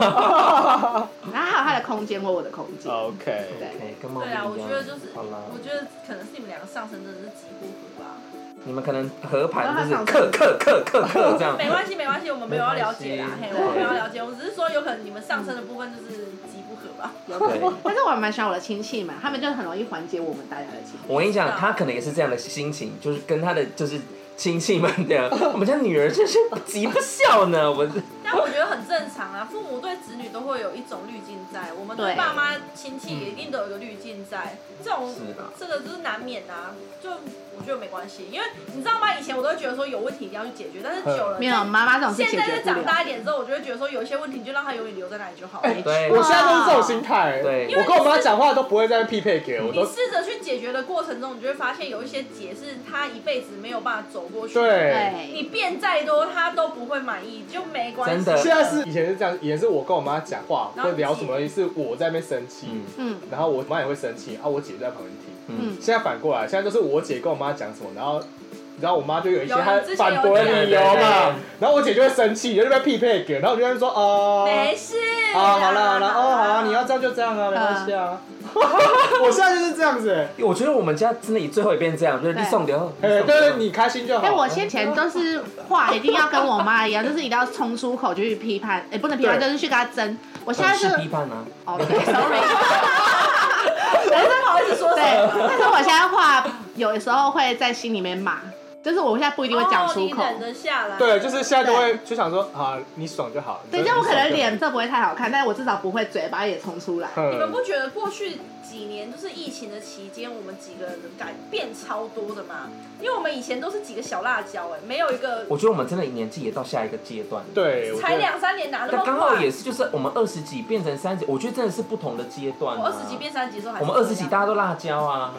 [SPEAKER 4] 然后还有她的空间，我有我的空间。
[SPEAKER 2] ？OK，
[SPEAKER 4] 对
[SPEAKER 3] 哎，跟妈妈
[SPEAKER 1] 对
[SPEAKER 3] 一样
[SPEAKER 1] 啊，我觉得就是，
[SPEAKER 3] 好啦
[SPEAKER 1] 我，觉得可能是你们两个上升真的是极不合吧。
[SPEAKER 3] 你们可能合盘就是克克克克克这样。
[SPEAKER 1] 没关系，没关系，我们没有要了解啦，
[SPEAKER 3] 没
[SPEAKER 1] 嘿，
[SPEAKER 3] 关系
[SPEAKER 1] 我们没有要了解，我只是说有可能你们上升的部分就是极不合吧。
[SPEAKER 3] 对
[SPEAKER 4] 但是我还蛮喜欢我的亲戚们，他们就很容易缓解我们大家的情绪。
[SPEAKER 3] 我跟你讲，他可能也是这样的心情，就是跟他的就是亲戚们 的，我们家女儿真是不急不孝呢，我
[SPEAKER 1] 但我觉得很正常啊，父母对子女都会有一种滤镜在，我们对
[SPEAKER 4] 对
[SPEAKER 1] 爸妈亲戚也一定都有一个滤镜在，这种
[SPEAKER 3] 是的
[SPEAKER 1] 这个就是难免啊，就我觉得没关系，因为你知道吗？以前我都会觉得说有问题一定要去解决，但是久
[SPEAKER 4] 嗯
[SPEAKER 1] 了
[SPEAKER 4] 没有，啊妈妈总是
[SPEAKER 1] 现
[SPEAKER 4] 解
[SPEAKER 1] 在
[SPEAKER 4] 决
[SPEAKER 1] 在
[SPEAKER 4] 不了。
[SPEAKER 1] 长大一点之后，我就会觉得说有一些问题你就让它永远留在那里就好了。
[SPEAKER 2] 哎
[SPEAKER 3] 对
[SPEAKER 2] 我现在都是这种心态，
[SPEAKER 3] 对
[SPEAKER 2] 我跟我妈讲话都不会再匹配给我，我
[SPEAKER 1] 你
[SPEAKER 2] 都
[SPEAKER 1] 试着去解决的过程中，你就会发现有一些结是他一辈子没有办法走过去。，
[SPEAKER 2] 对。
[SPEAKER 1] 你
[SPEAKER 4] 对，
[SPEAKER 1] 变再多，他都不会满意，就没关系。
[SPEAKER 3] 真的
[SPEAKER 2] 现在是以前是这样，以前是我跟我妈讲话或聊什么东西，是我在那边生气，
[SPEAKER 4] 嗯
[SPEAKER 3] 嗯
[SPEAKER 2] 然后我妈也会生气，啊，我姐就在旁边
[SPEAKER 3] 嗯
[SPEAKER 2] 听。
[SPEAKER 4] 嗯，
[SPEAKER 2] 现在反过来，现在都是我姐跟我妈讲什么，然后然后我妈就有一些
[SPEAKER 1] 有
[SPEAKER 2] 她
[SPEAKER 1] 你之前有
[SPEAKER 2] 反驳的理由
[SPEAKER 3] 讲
[SPEAKER 2] 嘛，然后我姐就会生气，就被匹配给，然后我就会说哦，
[SPEAKER 1] 没事。
[SPEAKER 2] 啊，好了好了，哦好啊，你要这样就这样啊，没关系啊。 我现在就是这样子，
[SPEAKER 3] 我觉得我们家真的以最后一遍这样，就是你
[SPEAKER 4] 对
[SPEAKER 3] 送掉，
[SPEAKER 2] 哎，
[SPEAKER 4] 嗯
[SPEAKER 2] 对对，你开心就
[SPEAKER 4] 哎，
[SPEAKER 2] 好。
[SPEAKER 4] 我先前都是话一定要跟我妈一样，就是一定要冲出口就去批判，哎，不能批判，
[SPEAKER 2] 对
[SPEAKER 4] 就是去跟她争。我现
[SPEAKER 3] 本
[SPEAKER 4] 在
[SPEAKER 3] 是
[SPEAKER 4] 是
[SPEAKER 3] 批判啊，
[SPEAKER 4] 哦，对，sorry。
[SPEAKER 1] 我真不好意思说
[SPEAKER 4] 对
[SPEAKER 1] 什么。，
[SPEAKER 4] 但是我现在话有时候会在心里面骂，就是我现在不一定会讲出口
[SPEAKER 1] 哦你。忍得下来。
[SPEAKER 2] 对，就是现在都会就想说啊，你爽就好。嗯
[SPEAKER 4] 对，这样我可能脸色不会太好看，但是我至少不会嘴巴也冲出来。
[SPEAKER 2] 你
[SPEAKER 1] 你们不觉得过去几年就是疫情的期间，我们几个人的改变超多的吗？因为我们以前都是几个小辣椒、哎，没有一个
[SPEAKER 3] 我觉得我们真的年纪也到下一个阶段了。
[SPEAKER 2] 对，我觉
[SPEAKER 1] 才
[SPEAKER 2] 得
[SPEAKER 1] 两三年哪那么
[SPEAKER 3] 但
[SPEAKER 1] 快？
[SPEAKER 3] 刚好也是，就是我们二十几变成三十，我觉得真的是不同的阶段、啊。
[SPEAKER 1] 我二十几，变三十几的时候还
[SPEAKER 3] 我
[SPEAKER 1] 是
[SPEAKER 3] 们二十
[SPEAKER 1] 这
[SPEAKER 3] 几
[SPEAKER 1] 样
[SPEAKER 3] 大家都辣椒 啊，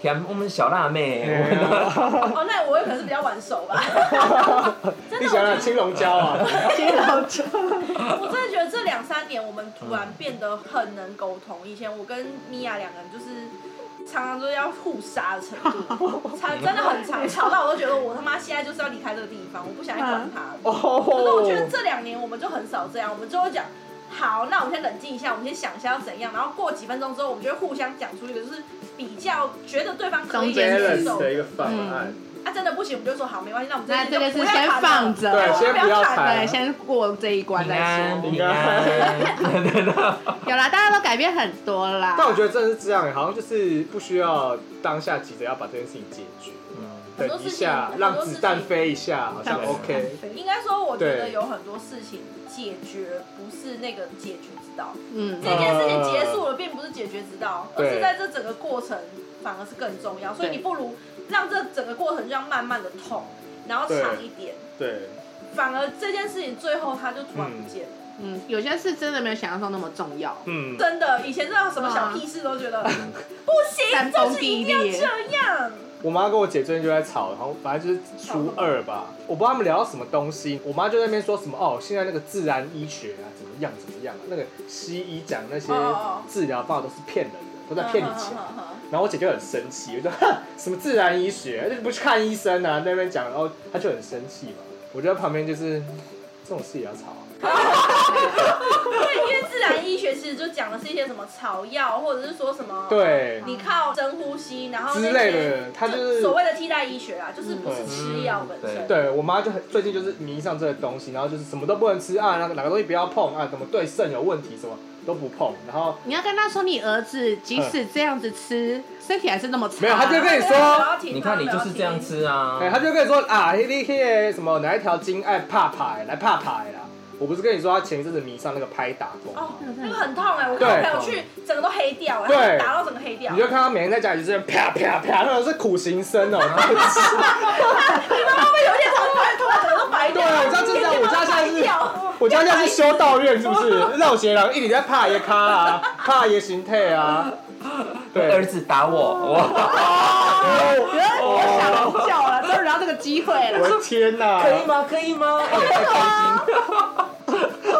[SPEAKER 3] 甜，我们小辣妹，我
[SPEAKER 2] 哎
[SPEAKER 3] 们
[SPEAKER 1] 哦，那我也可能是比较晚熟吧。 真
[SPEAKER 2] 你
[SPEAKER 1] 的，
[SPEAKER 2] 想想青龙胶啊，
[SPEAKER 4] 接老就
[SPEAKER 1] 我真的觉得这两三年我们突
[SPEAKER 3] 嗯
[SPEAKER 1] 然变得很能沟通。以前我跟米娅两个人就是常常都要互杀的程 度，常真的很常吵到我都觉得我他妈现在就是要离开这个地方，我不想再管他
[SPEAKER 3] 嗯
[SPEAKER 1] 了。可是我觉得
[SPEAKER 2] 哦，
[SPEAKER 1] 这两年我们就很少这样，我们就会讲。好，那我们先冷静一下，我们先想一下要怎样，然后过几分钟之后，我们就会互相讲出一个就是比较觉得对方可
[SPEAKER 4] 中
[SPEAKER 1] 以
[SPEAKER 4] 间
[SPEAKER 1] 接
[SPEAKER 4] 值
[SPEAKER 1] 受
[SPEAKER 2] balance 的一个方案，
[SPEAKER 1] 啊，真的不行，我们就说好，没关系，那我们
[SPEAKER 4] 那这
[SPEAKER 1] 这
[SPEAKER 4] 个
[SPEAKER 1] 件事
[SPEAKER 4] 是
[SPEAKER 1] 就不要
[SPEAKER 4] 先
[SPEAKER 1] 谈了
[SPEAKER 4] 放着，
[SPEAKER 2] 对
[SPEAKER 1] 我们
[SPEAKER 2] 先不要
[SPEAKER 1] 谈
[SPEAKER 2] 谈
[SPEAKER 1] 了
[SPEAKER 4] 对，先过这一关
[SPEAKER 3] 平
[SPEAKER 4] 再
[SPEAKER 3] 安
[SPEAKER 4] 说。
[SPEAKER 3] 平安， 对 对对
[SPEAKER 4] 有啦，大家都改变很多啦。
[SPEAKER 2] 但我觉得真的是这样，好像就是不需要当下急着要把这件事情解决，
[SPEAKER 3] 嗯
[SPEAKER 1] 很多
[SPEAKER 2] 等
[SPEAKER 1] 事
[SPEAKER 2] 一
[SPEAKER 1] 情嗯
[SPEAKER 2] 下
[SPEAKER 1] 很多
[SPEAKER 2] 让子弹
[SPEAKER 1] 事情
[SPEAKER 2] 飞一下，好像
[SPEAKER 3] 对
[SPEAKER 2] OK。
[SPEAKER 1] 应该说，我觉得
[SPEAKER 2] 对
[SPEAKER 1] 有很多事情解决不是那个解决之道，
[SPEAKER 4] 嗯
[SPEAKER 1] 这件事情结束了，并不是解决之道，而
[SPEAKER 2] 呃对
[SPEAKER 1] 是在这整个过程反而是更重要。所以
[SPEAKER 4] 对
[SPEAKER 1] 你不如让这整个过程这样慢慢的痛，然后长一点，
[SPEAKER 2] 对，
[SPEAKER 1] 反而这件事情最后它就突然不见了。
[SPEAKER 4] 嗯，有些事真的没有想象中那么重要。
[SPEAKER 2] 嗯，
[SPEAKER 1] 真的，以前这样什么小屁事 都觉得不行，
[SPEAKER 4] 山
[SPEAKER 1] 就
[SPEAKER 4] 崩
[SPEAKER 1] 是一
[SPEAKER 4] 啊地
[SPEAKER 1] 定要
[SPEAKER 4] 裂
[SPEAKER 1] 这样。
[SPEAKER 2] 我妈跟我姐最近就在吵，然后反正就是初二吧，我不知道他们聊到什么东西，我妈就在那边说什么哦，现在那个自然医学啊怎么样怎么样、啊，那个西医讲那些
[SPEAKER 1] 哦哦哦
[SPEAKER 2] 治疗方法都是骗人的，都在骗你 钱。
[SPEAKER 1] 嗯嗯嗯嗯
[SPEAKER 2] 然后我姐就很生气，我就说哼什么自然医学，就不去看医生啊，那边讲，然后她就很生气嘛。我就在旁边就是这种事也要吵、啊，
[SPEAKER 1] 对，因为自然医学其实就讲的是一些什么草药，或者是说什么
[SPEAKER 2] 对
[SPEAKER 1] 你靠深呼吸，然后那
[SPEAKER 2] 之
[SPEAKER 1] 些
[SPEAKER 2] 类的，她就是
[SPEAKER 1] 所谓的替代医学啊，就是不是吃药本身。
[SPEAKER 3] 嗯
[SPEAKER 2] 对我妈就很最近就是迷上这个东西，然后就是什么都不能吃啊，哪个哪个东西不要碰啊，怎么对肾有问题什么都不碰，然后
[SPEAKER 4] 你要跟他说，你儿子即使这样子吃，身体还是那么差。
[SPEAKER 2] 没有她就跟你
[SPEAKER 1] 不
[SPEAKER 2] 说，
[SPEAKER 1] 要停
[SPEAKER 3] 你看你就是这样。吃啊
[SPEAKER 2] 哎、，她就跟你说啊，嘿嘿嘿，什么哪一条筋爱怕牌来怕牌啦，我不是跟你说她前一阵子迷上那个拍打风
[SPEAKER 1] 不要停哦，那个很痛哎、我跟我
[SPEAKER 2] 对
[SPEAKER 1] 朋友去，整个都黑掉了，
[SPEAKER 2] 对
[SPEAKER 1] 打到整个黑掉。
[SPEAKER 2] 你就看他每天在家里就是啪啪啪，那种是苦行僧哦、然后
[SPEAKER 1] 妈妈会有点痛，白头发整个都白掉。
[SPEAKER 2] 对，我知道这 是这样，我家现在
[SPEAKER 1] 白
[SPEAKER 2] 是
[SPEAKER 1] 掉。
[SPEAKER 2] 我家现在是修道院，是不是？绕邪狼一直在怕爷咖啊，怕爷形态啊，对，
[SPEAKER 3] 儿子打我，我
[SPEAKER 2] 哦，
[SPEAKER 4] 笑了，终于聊到这个机会
[SPEAKER 2] 我。的天哪、
[SPEAKER 3] 可以吗？可以吗？哎太开心，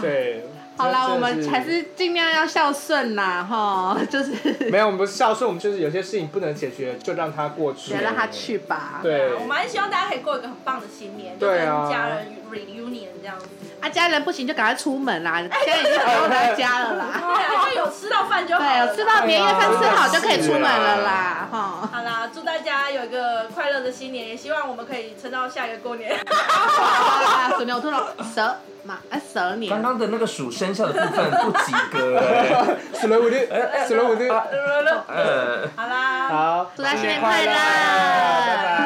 [SPEAKER 2] 对，
[SPEAKER 4] 好啦，我
[SPEAKER 2] 真
[SPEAKER 4] 们
[SPEAKER 2] 的
[SPEAKER 4] 还是尽量要孝顺啦，哈，就是
[SPEAKER 2] 没有，我们不是孝顺，我们就是有些事情不能解决，就让它过去，
[SPEAKER 4] 也让他。去啊吧。
[SPEAKER 2] 对，
[SPEAKER 1] 我蛮希望大家可以过一个很棒的新年，就
[SPEAKER 2] 对
[SPEAKER 1] 跟
[SPEAKER 2] 啊
[SPEAKER 1] 家人 reunion 这样子。
[SPEAKER 4] 啊，家人不行就赶快出门啦，现在已经很多在家了 啦。
[SPEAKER 2] 哦
[SPEAKER 1] 对啊，就有吃到饭就好
[SPEAKER 4] 对，
[SPEAKER 1] 了。
[SPEAKER 4] 有吃到年夜饭吃好就可以出门了啦，哈。
[SPEAKER 1] 好啦，祝大家有一个快乐的新年，也希望我们可以撑到下一个过年。
[SPEAKER 4] 啊，属牛、兔、龙、蛇、马、啊蛇年。
[SPEAKER 3] 刚刚的那个数生肖的部分不及格，哎
[SPEAKER 2] 死了我的，死了我的，
[SPEAKER 3] 呃，
[SPEAKER 1] 好啦，
[SPEAKER 5] 啦。
[SPEAKER 4] 好，
[SPEAKER 2] 祝大家新年
[SPEAKER 4] 快
[SPEAKER 2] 快乐
[SPEAKER 4] 拜拜。